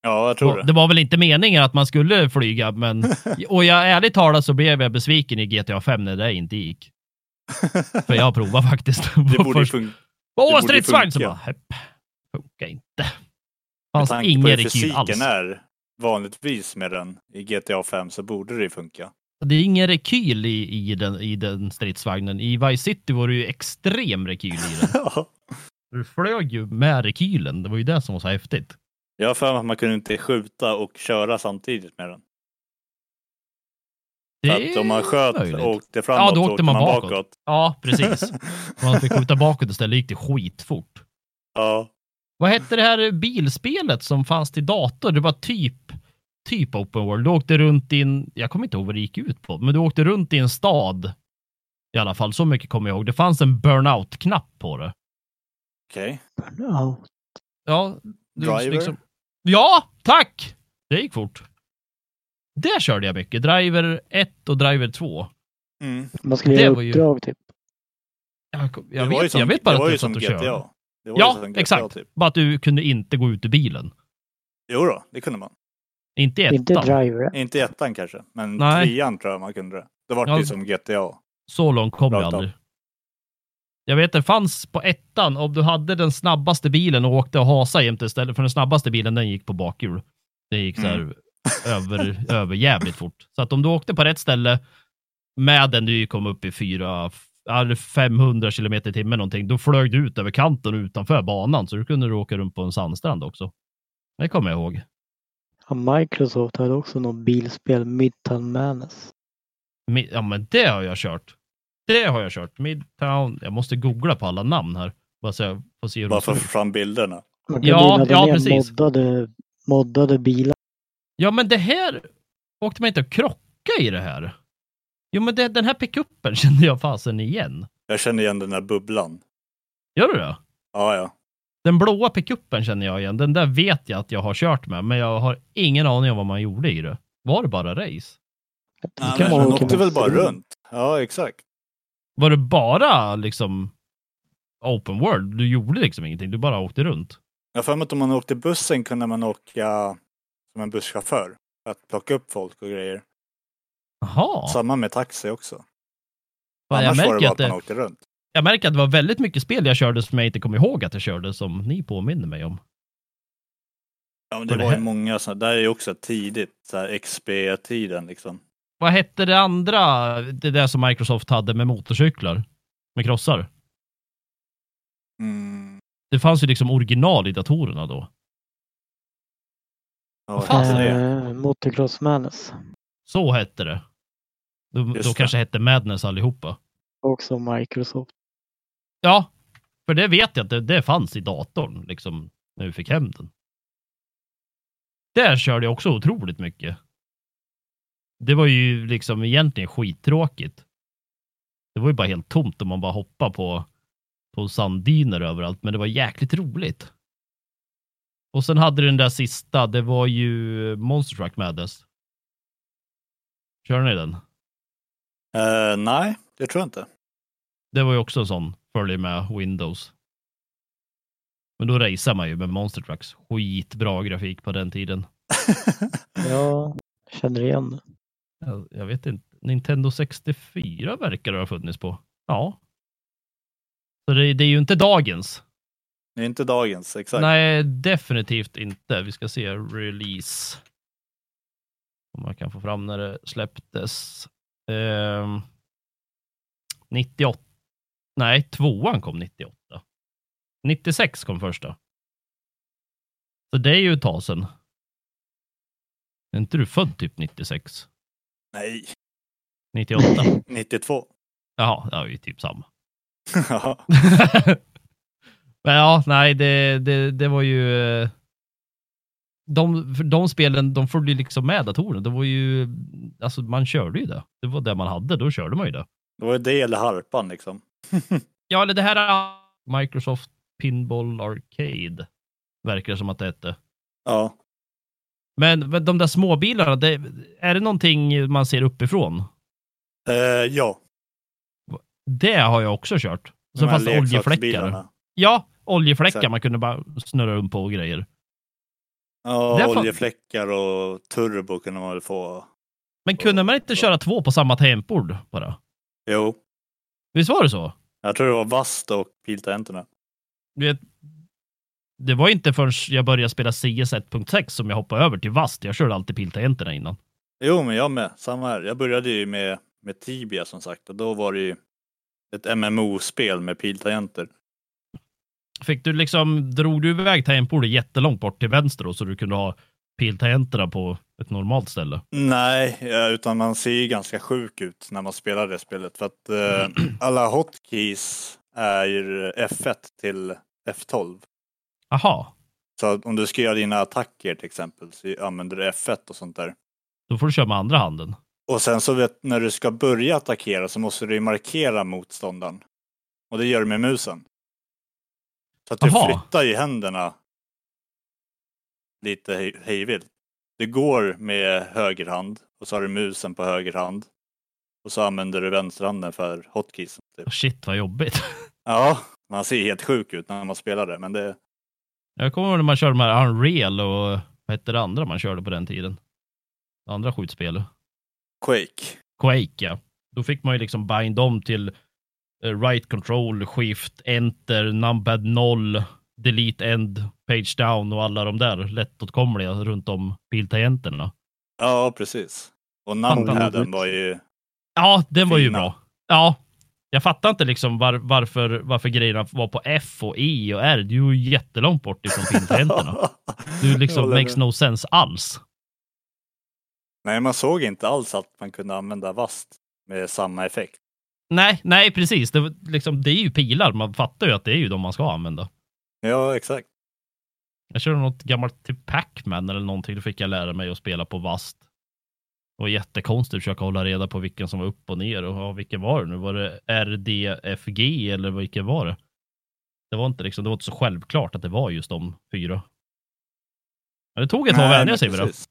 S2: Ja, jag tror
S3: Och
S2: det.
S3: det var väl inte meningen att man skulle flyga, men och jag ärligt talat så blev jag besviken i GTA 5 när det inte gick. För jag provade faktiskt.
S2: Det borde ju
S3: Först-
S2: funka.
S3: Åh,
S2: borde
S3: stridsvagn! Så
S2: funka.
S3: bara, hepp, funkar inte.
S2: Med
S3: Fanns
S2: tanke på
S3: ingen
S2: hur
S3: rekyl alls.
S2: fysiken är vanligtvis med den i GTA 5 så borde det ju funka.
S3: Det är ingen rekyl i, i, den, i den stridsvagnen. I Vice City var det ju extrem rekyl i den. Du flög ju med rekylen. Det var ju det som var så häftigt.
S2: Jag har för mig att man kunde inte skjuta och köra samtidigt med den.
S3: Det
S2: För att om man
S3: är
S2: sköt
S3: möjligt.
S2: och åkte framåt ja, då åkte man, bakåt.
S3: Ja, precis. Man fick skjuta bakåt istället. gick det skitfort.
S2: ja,
S3: Vad hette det här bilspelet som fanns till dator? Det var typ, typ open world. Du åkte runt i en, jag kommer inte ihåg vad det gick ut på, men du åkte runt i en stad. I alla fall, så mycket kommer jag ihåg. Det fanns en burnout-knapp på det.
S2: okej.
S1: Ja,
S3: Ja, du liksom-
S2: Driver?
S3: Ja, tack! Det gick fort. Det körde jag mycket. Driver 1 och Driver 2.
S2: Mm.
S1: man skulle
S3: Det
S1: göra
S3: var ju-
S1: uppdrag typ.
S3: Jag, kom- jag,
S2: Det var ju
S3: vet,
S2: som-
S3: jag vet bara
S2: det var
S3: att
S2: ju
S3: jag
S2: som
S3: satt och körde.
S2: GTA. Det var ju
S3: Ja,
S2: som GTA,
S3: exakt.
S2: Typ.
S3: Bara att du kunde inte gå ut ur bilen.
S2: Jo då, det kunde man.
S3: Inte i
S1: Inte
S3: ettan.
S1: driver.
S2: Inte i ettan kanske, men
S3: Nej.
S2: trean tror jag man kunde det. Det var
S3: Ja.
S2: ju som GTA.
S3: Så långt kom jag
S2: Rakt av.
S3: aldrig. Jag vet, det fanns på ettan, om du hade den snabbaste bilen och åkte och hasade jämte istället för den snabbaste bilen, den gick på bakhjul. Det gick så här
S2: Mm.
S3: över, överjävligt fort. Så att om du åkte på rätt ställe med den du kom upp i fyra, f- eller 500 kilometer i timmen någonting, då flög du ut över kanten och utanför banan, så du kunde du åka runt på en sandstrand också. Det kommer jag ihåg.
S1: Ja, Microsoft hade också något bilspel, Midtown Madness.
S3: Mi- Ja, men det har jag kört. Det har jag kört. Midtown. Jag måste googla på alla namn här. Bara så jag får se hur
S2: Bara
S3: de
S2: för att
S3: ser ut.
S2: få fram bilderna.
S1: Man kunde
S3: Ja,
S1: ladda
S3: ja,
S1: ner
S3: precis.
S1: Moddade, moddade bilar.
S3: Ja, men det här åkte man inte att krocka i det här. Jo, men det, den här pickuppen kände jag fasen igen.
S2: Jag känner igen den där bubblan.
S3: Gör du det?
S2: Ja, ja.
S3: Den blåa pickuppen känner jag igen. Den där vet jag att jag har kört med, men jag har ingen aning om vad man gjorde i det. Var det bara race?
S1: Det kan
S2: Nej, men
S1: man
S2: den
S1: åka
S2: åkte
S1: med
S2: väl bara
S1: sig.
S2: runt. Ja, exakt.
S3: Var det bara liksom open world? Du gjorde liksom ingenting. Du bara åkte runt.
S2: Jag har för mig att om man åkte bussen kunde man åka som en busschaufför. För att plocka upp folk och grejer.
S3: Jaha.
S2: Samma med taxi också.
S3: Fan, jag
S2: Annars var det
S3: märker
S2: bara
S3: att
S2: att man
S3: det,
S2: åkte runt.
S3: jag märker att det var väldigt mycket spel jag körde som jag inte kom ihåg att jag körde som ni påminner mig om.
S2: Ja, men
S3: Och det
S2: det var ju
S3: här-
S2: många sådana. Där är ju också tidigt, så här XP-tiden liksom.
S3: Vad hette det andra, det där som Microsoft hade med motorcyklar? Med krossar?
S2: Mm.
S3: Det fanns ju liksom original i datorerna då.
S2: Ja,
S3: Vad fan
S2: hette det?
S1: Eh, Motocross Madness.
S3: Så hette det. Då,
S2: Just
S3: då
S2: det.
S3: kanske hette Madness allihopa.
S1: Också Microsoft.
S3: Ja, för det vet jag att det, det fanns i datorn liksom när vi fick hem den. Där körde jag också otroligt mycket. Det var ju liksom egentligen skittråkigt. Det var ju bara helt tomt om man bara hoppar på, på sanddyner överallt, men det var jäkligt roligt. Och sen hade du den där sista, det var ju Monster Truck Madness. Kör ni den?
S2: Eh, nej, det tror jag inte.
S3: Det var ju också en sån följer med Windows. Men då racear man ju med Monster Trucks. Skitbra grafik på den tiden.
S1: Ja, känner igen det.
S3: Jag, jag vet inte. Nintendo 64 verkar det ha funnits på. Ja. Så det, det är ju inte dagens.
S2: Det är inte dagens, exakt.
S3: Nej, definitivt inte. Vi ska se release. Om man kan få fram när det släpptes. Ehm, 98. Nej, tvåan kom 98. 96 kom första. Så det är ju ett tag sedan. Är inte du född typ 96?
S2: Nej,
S3: 98?
S2: 92.
S3: Jaha, ja, vi är typ samma.
S2: Ja.
S3: Men ja, nej, det, det, det var ju... eh, De, för de spelen, de följde ju liksom med datorn. Det var ju... Alltså, man körde ju det. Det var det man hade, då körde man ju det.
S2: det var ju det eller harpan liksom.
S3: Ja, eller det här är Microsoft Pinball Arcade. Verkar det som att det hette.
S2: Ja,
S3: Men, men de där småbilarna, det, är det någonting man ser uppifrån?
S2: Eh, ja.
S3: Det har jag också kört.
S2: de
S3: Så
S2: här
S3: fanns det oljefläckar.
S2: leksaksbilarna.
S3: Ja, oljefläckar
S2: Exakt.
S3: man kunde bara snurra runt på och grejer. Där
S2: Ja,
S3: fan-
S2: oljefläckar och turbo kunde man väl få.
S3: Men kunde man inte köra två på samma tangentbord bara?
S2: Jo,
S3: Visst var det så?
S2: jag tror det var vast och piltangenterna.
S3: Du vet, det var inte förrän jag började spela CS 1.6 som jag hoppade över till VAST. Jag körde alltid piltangenterna innan.
S2: Jo, men jag med. Samma här. Jag började ju med, med Tibia som sagt och då var det ju ett MMO-spel med piltangenter.
S3: Fick du liksom, drog du iväg tangentbordet jättelångt bort till vänster då, så du kunde ha piltangenterna på ett normalt ställe?
S2: Nej, eh, utan man ser ju ganska sjuk ut när man spelar det spelet för att eh, alla hotkeys är ju F1 till F12.
S3: Aha,
S2: Så att om du ska göra dina attacker till exempel så använder du F1 och sånt där.
S3: då får du köra med andra handen.
S2: Och sen så vet, när du ska börja attackera så måste du ju markera motståndaren. Och det gör du med musen. Så att du
S3: Aha.
S2: flyttar ju händerna lite hej- hejvilt. Du går med höger hand och så har du musen på höger hand. Och så använder du vänsterhanden för hotkeys. Typ.
S3: Shit vad jobbigt.
S2: Ja, man ser helt sjuk ut när man spelar det. Men det,
S3: Jag kommer ihåg när man körde de här Unreal och vad hette det andra man körde på den tiden? Det andra skjutspelet.
S2: Quake.
S3: Quake, ja. Då fick man ju liksom bind om till eh, right control, shift, enter, numpad 0, delete end, page down och alla de där lättåtkomliga runt om biltangenterna.
S2: Ja, precis. Och
S3: Fattar.
S2: numpaden var ju...
S3: Ja, den var ju
S2: Fina.
S3: bra. Ja, jag fattar inte liksom var, varför, varför grejerna var på F och E och R. Det är ju jättelångt bort ifrån biltangenterna. Du
S2: Jag
S3: liksom
S2: håller
S3: makes
S2: med.
S3: no sense alls.
S2: Nej, man såg inte alls att man kunde använda vast med samma effekt.
S3: Nej, nej precis. Det, var liksom, det är ju pilar. Man fattar ju att det är ju de man ska använda.
S2: Ja, exakt.
S3: Jag körde något gammalt typ Pac-Man eller någonting. Då fick jag lära mig att spela på vast. Det var jättekonstigt att försöka hålla reda på vilken som var upp och ner och ja, vilken var det nu? Var det RDFG eller vilken var det? Det var inte liksom, det var inte så självklart att det var just de fyra. Men det tog ett tag att
S2: Nej,
S3: vänja
S2: men
S3: sig vid det.
S2: precis.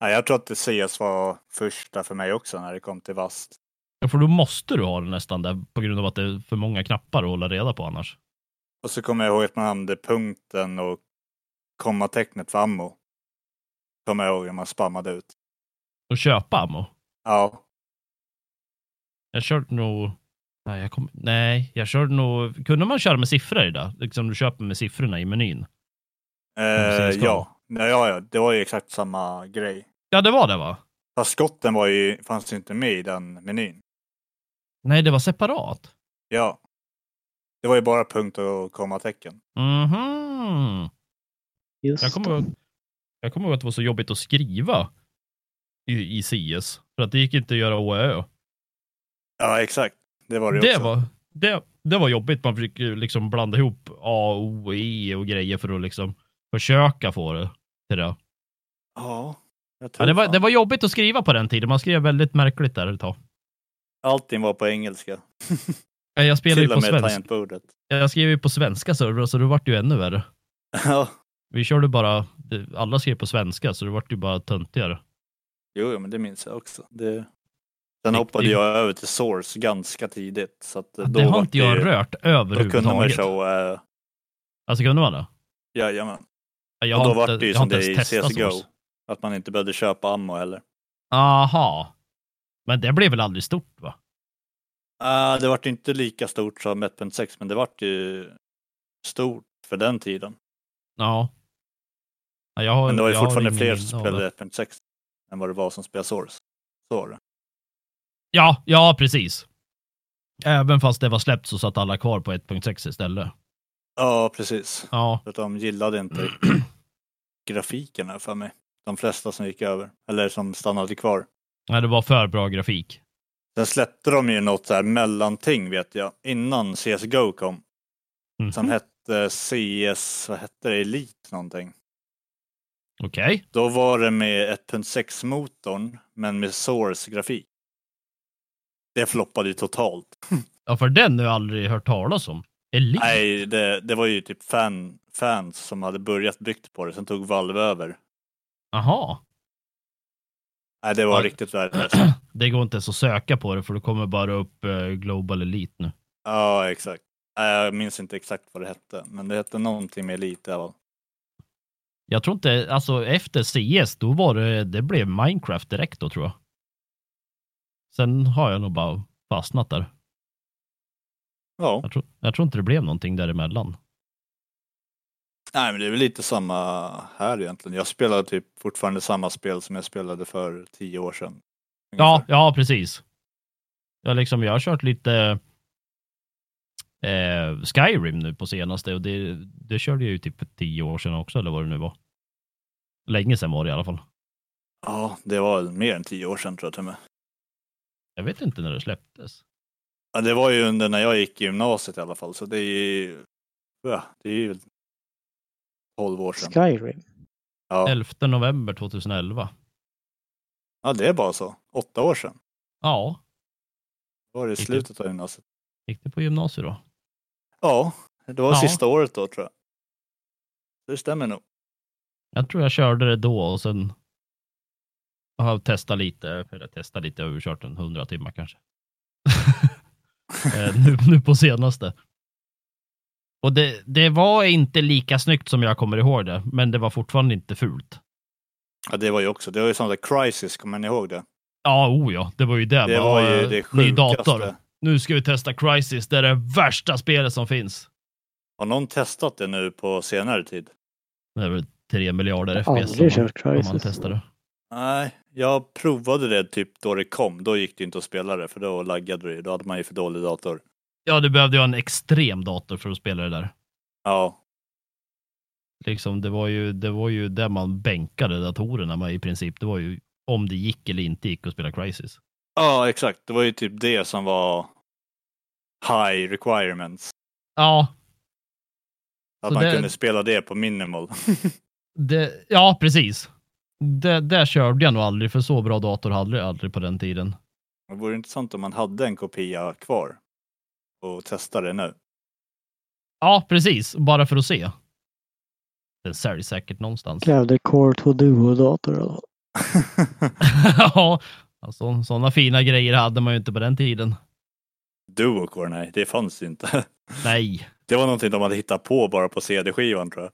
S2: Nej, jag tror att det CS var första för mig också när det kom till vast.
S3: Ja, För då måste du ha det nästan där på grund av att det är för många knappar att hålla reda på annars.
S2: Och så kommer jag ihåg att man använde punkten och kommatecknet för ammo. Kommer jag ihåg hur man spammade ut.
S3: Och köpa ammo.
S2: Ja,
S3: Jag körde nog... Nej, jag kom... Nej, jag körde nog... Kunde man köra med siffror i det? Liksom du köper med siffrorna i menyn.
S2: eh,
S3: precis, ska
S2: ja. Ja, ja, ja, det var ju exakt samma grej.
S3: Ja, det var det va?
S2: Fast skotten var ju, fanns ju inte med i den menyn.
S3: Nej, det var separat.
S2: Ja. Det var ju bara punkt och kommatecken.
S3: Mhm.
S1: Just
S3: Jag kommer ihåg... Jag kommer ihåg att det var så jobbigt att skriva i, i CS. För att det gick inte att göra OÖ.
S2: Ja, exakt. Det var det,
S3: Det
S2: också.
S3: var, det, det var jobbigt. Man fick ju liksom blanda ihop A, O, E och grejer för att liksom försöka få det till det.
S2: Ja. Jag
S3: Ja,
S2: tror
S3: det, var,
S2: fan.
S3: det var jobbigt att skriva på den tiden. Man skrev väldigt märkligt där ett tag.
S2: Allting var på engelska.
S3: Ja, Jag spelade ju
S2: Till
S3: på
S2: och med
S3: svenska.
S2: tangentbordet.
S3: Jag skrev ju på svenska servrar så det vart ju ännu värre.
S2: Ja,
S3: Vi körde bara, alla skrev på svenska så det vart ju bara töntigare.
S2: jo, jo, men det minns jag också. Det... Sen
S3: Det-
S2: hoppade
S3: det-
S2: jag över till Source ganska tidigt. Så att då
S3: det har
S2: vart
S3: inte jag
S2: det...
S3: rört
S2: Då kunde man
S3: överhuvudtaget.
S2: så, uh,
S3: Alltså kunde man det?
S2: jajamän.
S3: Jag
S2: och då
S3: har
S2: vart
S3: inte,
S2: det ju
S3: jag har
S2: som
S3: inte
S2: det är
S3: ens
S2: i
S3: testat
S2: CSGO.
S3: Source.
S2: Att man inte behövde köpa ammo heller.
S3: Aha. Men det blev väl aldrig stort va?
S2: Ah, det vart inte lika stort som 1.6 men det vart ju stort för den tiden.
S3: Ja. Ja, jag har,
S2: Men det var ju
S3: jag har
S2: fortfarande
S3: ingen
S2: fler
S3: minne
S2: som
S3: av det.
S2: spelade 1.6 än vad det var som spelade Source. Så var det.
S3: Ja, ja precis. Även fast det var släppt så satt alla kvar på 1.6 istället.
S2: Ja, precis.
S3: Ja,
S2: För att de gillade inte
S3: Mm.
S2: grafiken här för mig. De flesta som gick över, eller som stannade kvar.
S3: nej, det var för bra grafik.
S2: Sen släppte de ju något så här mellanting vet jag, innan CSGO kom.
S3: Mhm.
S2: Som hette CS, vad hette det, Elite någonting.
S3: Okej.
S2: Då var det med 1.6 motorn, men med Source grafik. Det floppade ju totalt.
S3: Ja, för den har jag aldrig hört talas om. Elite?
S2: Nej, det, det var ju typ fan, fans som hade börjat byggt på det, sen tog Valve över.
S3: Aha.
S2: Nej, det var
S3: Ja.
S2: riktigt värdelöst.
S3: Det går inte ens att söka på det för det kommer bara upp eh, Global Elite nu.
S2: Ja, exakt. Nej, Jag minns inte exakt vad det hette, men det hette någonting med Elite. i alla fall.
S3: Jag tror inte, alltså efter CS, då var det, det blev Minecraft direkt då tror jag. Sen har jag nog bara fastnat där.
S2: Ja,
S3: Jag tror, jag tror inte det blev någonting däremellan.
S2: Nej, men det är väl lite samma här egentligen. Jag spelar typ fortfarande samma spel som jag spelade för tio år sedan.
S3: Ja,
S2: Ungefär.
S3: ja precis. Jag, liksom, jag har kört lite eh, Skyrim nu på senaste och det, det körde jag ju typ för tio år sedan också eller vad det nu var. Länge sedan var det i alla fall.
S2: ja, det var mer än tio år sedan tror jag till och med.
S3: Jag vet inte när det släpptes.
S2: Ja, det var ju under när jag gick i gymnasiet i alla fall, så det är ju... Ja, det är ju 12 år sedan.
S1: Skyrim.
S2: Ja,
S3: 11 november 2011.
S2: ja det är bara så. Åtta år sedan.
S3: Ja,
S2: Då var det i
S3: Vilket-
S2: slutet av gymnasiet.
S3: gick det på gymnasiet då?
S2: Ja, det var
S3: Ja.
S2: sista året då tror jag. Det stämmer nog.
S3: Jag tror jag körde det då och sen har jag testat lite, eller testat lite, jag har ju kört en hundra timmar kanske. Eh, nu, nu på senaste. Och det, det var inte lika snyggt som jag kommer ihåg det, men det var fortfarande inte fult.
S2: Ja, det var ju också. Det var ju sånt där crisis, kommer ni ihåg det?
S3: Ja, oh ja, det var ju det.
S2: Det
S3: Bara,
S2: var ju
S3: eh,
S2: det
S3: Ny dator.
S2: sjukaste.
S3: Nu ska vi testa Crisis, det är det värsta spelet som finns.
S2: Har någon testat det nu på senare tid?
S3: Det är väl tre miljarder
S1: Jag
S3: FPS
S1: har
S3: som man-
S1: aldrig kört
S3: som man
S1: Crisis.
S3: testade.
S2: Nej, jag provade det typ då det kom. Då gick det inte att spela det, för då laggade det ju. Då hade man ju för dålig dator.
S3: Ja, du behövde ju ha en extrem dator för att spela det där.
S2: Ja,
S3: liksom, det var ju, det var ju där man bänkade datorerna man, i princip. Det var ju om det gick eller inte gick att spela Crisis.
S2: ja exakt. Det var ju typ det som var high requirements.
S3: Ja,
S2: Att
S3: Så
S2: man
S3: det-
S2: kunde spela det på minimal.
S3: det, ja precis. Det, där körde jag nog aldrig, för så bra dator hade jag aldrig på den tiden.
S2: Det vore intressant om man hade en kopia kvar och testa det nu.
S3: Ja, precis. Bara för att se. Den säljs säkert någonstans.
S1: Krävde Core 2 Duo-dator. i alla fall.
S3: ja, alltså, sådana fina grejer hade man ju inte på den tiden.
S2: Duocore, nej, det fanns ju inte.
S3: Nej.
S2: Det var någonting de hade hittat på bara på CD-skivan tror jag.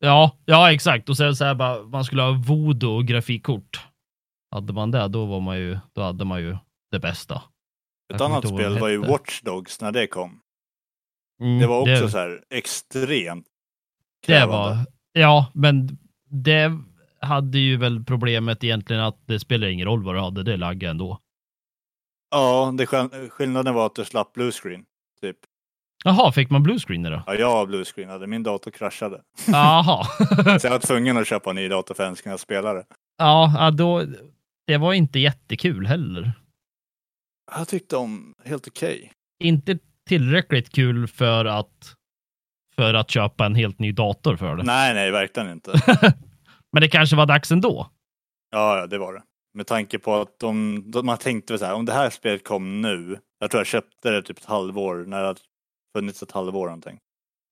S3: Ja, ja exakt. Och sen så här bara, man skulle ha voodoo och grafikkort. Hade man det, då var man ju, då hade man ju det bästa. Jag
S2: Ett
S3: kommer
S2: annat
S3: inte ihåg vad
S2: spel
S3: de
S2: var ju
S3: hette.
S2: Watch Dogs när det kom.
S3: Mm,
S2: Det var också så här extremt
S3: det
S2: krävande.
S3: var, Ja, men det hade ju väl problemet egentligen att det spelar ingen roll vad du hade, det laggade ändå.
S2: Ja, det skill- skillnaden var att du slapp bluescreen. Typ.
S3: Jaha, fick man bluescreen då?
S2: Ja, jag bluescreenade, min dator kraschade.
S3: Jaha.
S2: Så jag var tvungen att köpa en ny dator för att ens kunna spela det.
S3: ja, ja, då, det var inte jättekul heller.
S2: Jag tyckte om helt okej.
S3: Inte tillräckligt kul för att, för att köpa en helt ny dator för det.
S2: Nej, nej, verkligen inte.
S3: Men det kanske var dags ändå.
S2: Ja, ja, det var det. Med tanke på att de, de, man tänkte väl så här, om det här spelet kom nu. Jag tror jag köpte det typ ett halvår, när det hade funnits ett halvår någonting.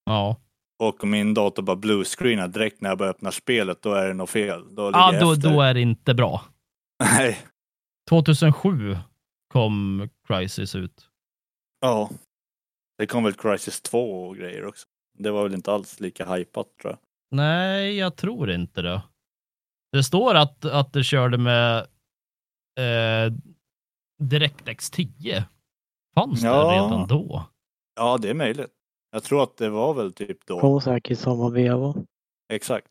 S3: Ja,
S2: Och om min dator bara bluescreenar direkt när jag börjar öppna spelet, då är det något fel. Då ligger
S3: ja
S2: jag
S3: då,
S2: efter.
S3: då är det inte bra.
S2: Nej,
S3: 2007 kom Crisis ut.
S2: Ja. Det kom väl Crisis 2 och grejer också. Det var väl inte alls lika hypat tror jag.
S3: Nej, jag tror inte det. Det står att, att det körde med eh, DirectX 10. Fanns
S2: Ja.
S3: det redan då?
S2: Ja, det är möjligt. Jag tror att det var väl typ då.
S1: Kom säkert i samma veva.
S2: Exakt.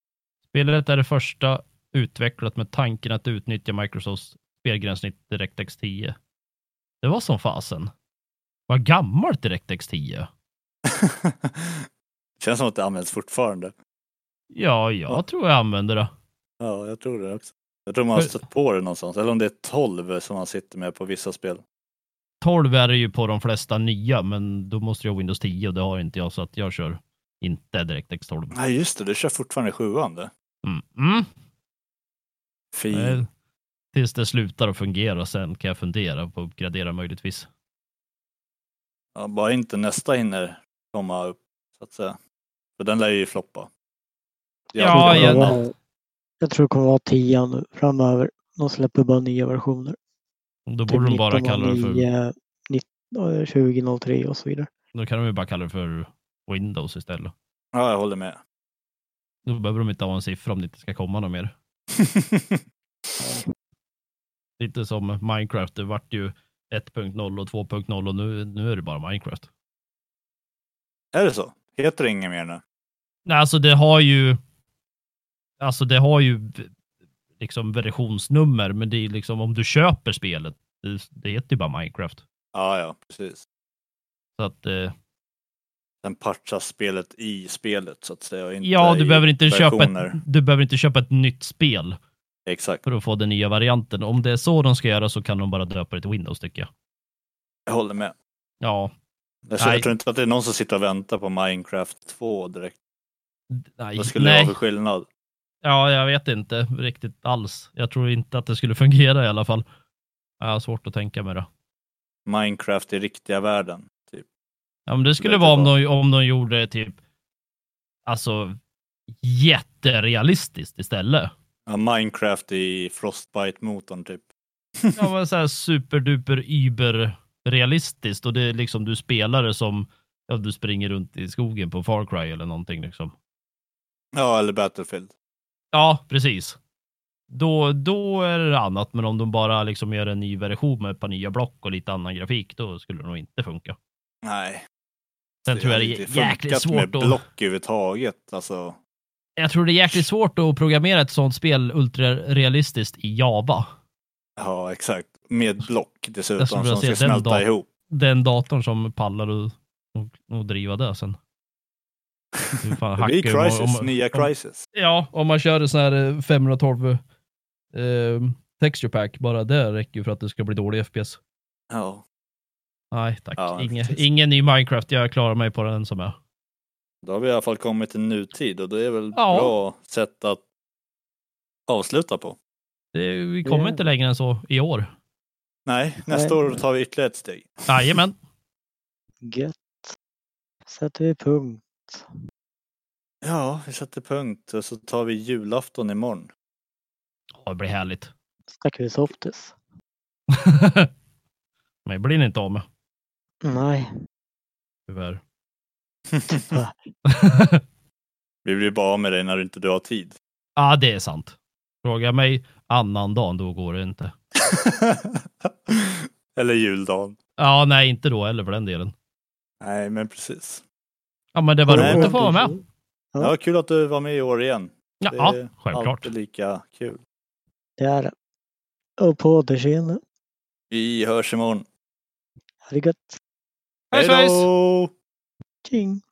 S3: Spelet är det första utvecklat med tanken att utnyttja Microsofts spelgränssnitt DirectX 10. Det var som fasen. Vad gammalt DirectX 10?
S2: Känns som att det används fortfarande.
S3: Ja, jag
S2: Ja.
S3: tror jag använder det.
S2: Ja, jag tror det också. Jag tror man har
S3: För-
S2: stött på det någonstans. Eller om det är 12 som man sitter med på vissa spel.
S3: 12 är det ju på de flesta nya, men då måste jag ha Windows 10 och det har inte jag, så att jag kör inte DirectX 12.
S2: Nej, just det. Du kör fortfarande sjuan det.
S3: Mm. Mm.
S2: Fin.
S3: Nej, Tills det slutar att fungera, sen kan jag fundera på att uppgradera möjligtvis.
S2: Ja, bara inte nästa hinner komma upp, så att säga. För den lär ju floppa.
S3: Ja,
S1: jag, tror det
S3: igen.
S1: kommer vara- jag tror det kommer vara 10 nu framöver. De släpper bara nya versioner. Typ
S3: Då borde de bara kalla det för,
S1: 1909, 19, 2003 och så vidare.
S3: då kan de ju bara kalla det för Windows istället.
S2: Ja, jag håller med.
S3: Då behöver de inte ha en siffra om det inte ska komma något mer. Lite som Minecraft, det vart ju 1.0 och 2.0 och nu, nu är det bara Minecraft.
S2: är det så? Heter det inget mer nu?
S3: Nej, alltså det har ju. Alltså det har ju v- liksom versionsnummer, men det är liksom om du köper spelet. Det, det heter ju bara Minecraft.
S2: Ja, ja, precis.
S3: Så att, eh,
S2: Sen patchas spelet i spelet så att säga. och Inte
S3: ja, du
S2: i
S3: behöver inte köpa ett,
S2: versioner.
S3: Du behöver inte köpa ett nytt spel
S2: Exakt,
S3: för att få den nya varianten. Om det är så de ska göra så kan de bara döpa det till Windows tycker jag.
S2: jag håller med.
S3: Ja,
S2: Jag tror-
S3: Nej.
S2: jag tror inte att det är någon som sitter och väntar på Minecraft 2 direkt.
S3: d- nej,
S2: Vad skulle det
S3: nej.
S2: vara för skillnad?
S3: Ja, jag vet inte riktigt alls. Jag tror inte att det skulle fungera i alla fall. Jag har svårt att tänka mig det.
S2: Minecraft i riktiga världen. Typ.
S3: Ja, men det skulle
S2: Det
S3: vara om
S2: var-
S3: de, om de gjorde typ, alltså jätterealistiskt istället.
S2: Ja, Minecraft i Frostbite-motorn typ.
S3: Ja, men så här superduper yber realistiskt och det är liksom du spelar det som, ja, du springer runt i skogen på Far Cry eller någonting liksom.
S2: Ja, eller Battlefield.
S3: Ja, precis. Då, då är det annat, men om de bara liksom gör en ny version med ett par nya block och lite annan grafik, då skulle det nog inte funka.
S2: Nej.
S3: Sen tror jag
S2: har
S3: det
S2: inte
S3: är jäkligt
S2: funkat med
S3: svårt att...
S2: block överhuvudtaget. Alltså,
S3: Jag tror det är jäkligt svårt att programmera ett sånt spel ultrarealistiskt i Java.
S2: ja, exakt. Med block dessutom
S3: Jag
S2: som
S3: skulle vilja
S2: ska
S3: se den
S2: smälta
S3: datorn.
S2: ihop.
S3: Den datorn som pallar och, och, och driva det sen. Hur fan
S2: Det blir
S3: hackar man-
S2: crisis,
S3: om-
S2: nya
S3: om-
S2: crisis.
S3: Ja, om man kör en sån här eh, 512 eh, texture pack, bara det räcker ju för att det ska bli dålig FPS.
S2: Ja,
S3: Nej, tack.
S2: Ja,
S3: ingen,
S2: precis.
S3: ingen ny Minecraft. Jag klarar mig på den som är.
S2: då har vi i alla fall kommit till nutid och det är väl
S3: Ja.
S2: bra sätt att avsluta på.
S3: Det, vi kommer
S1: Ja.
S3: inte längre än så i år.
S2: Nej, nästa
S1: Nej.
S2: år tar vi ytterligare ett steg.
S3: Jajamän.
S1: Gött. Sätter vi punkt.
S2: Ja, vi sätter punkt och så tar vi julafton imorgon.
S3: Ja, det blir härligt.
S1: Snackar vi softis?
S3: Men jag blir inte av med,
S1: Nej.
S3: tyvärr.
S2: Vi blir bara av med dig när du inte du har tid.
S3: Ja, det är sant. Fråga mig annan dag, då går det inte.
S2: Eller juldagen.
S3: Ja, nej, inte då heller för den delen.
S2: Nej, men precis.
S3: Ja, men det var
S2: Nej,
S3: roligt
S2: men-
S3: att få vara med.
S1: Ja.
S2: Ja, kul att du var med i år igen.
S3: Ja,
S2: Det
S3: ja
S2: är
S3: självklart.
S2: Alltid lika kul.
S1: Det är det. Och på återseende.
S2: Vi hörs imorgon.
S1: Ha det gött.
S3: Hej svejs!
S2: då!
S1: Tjing.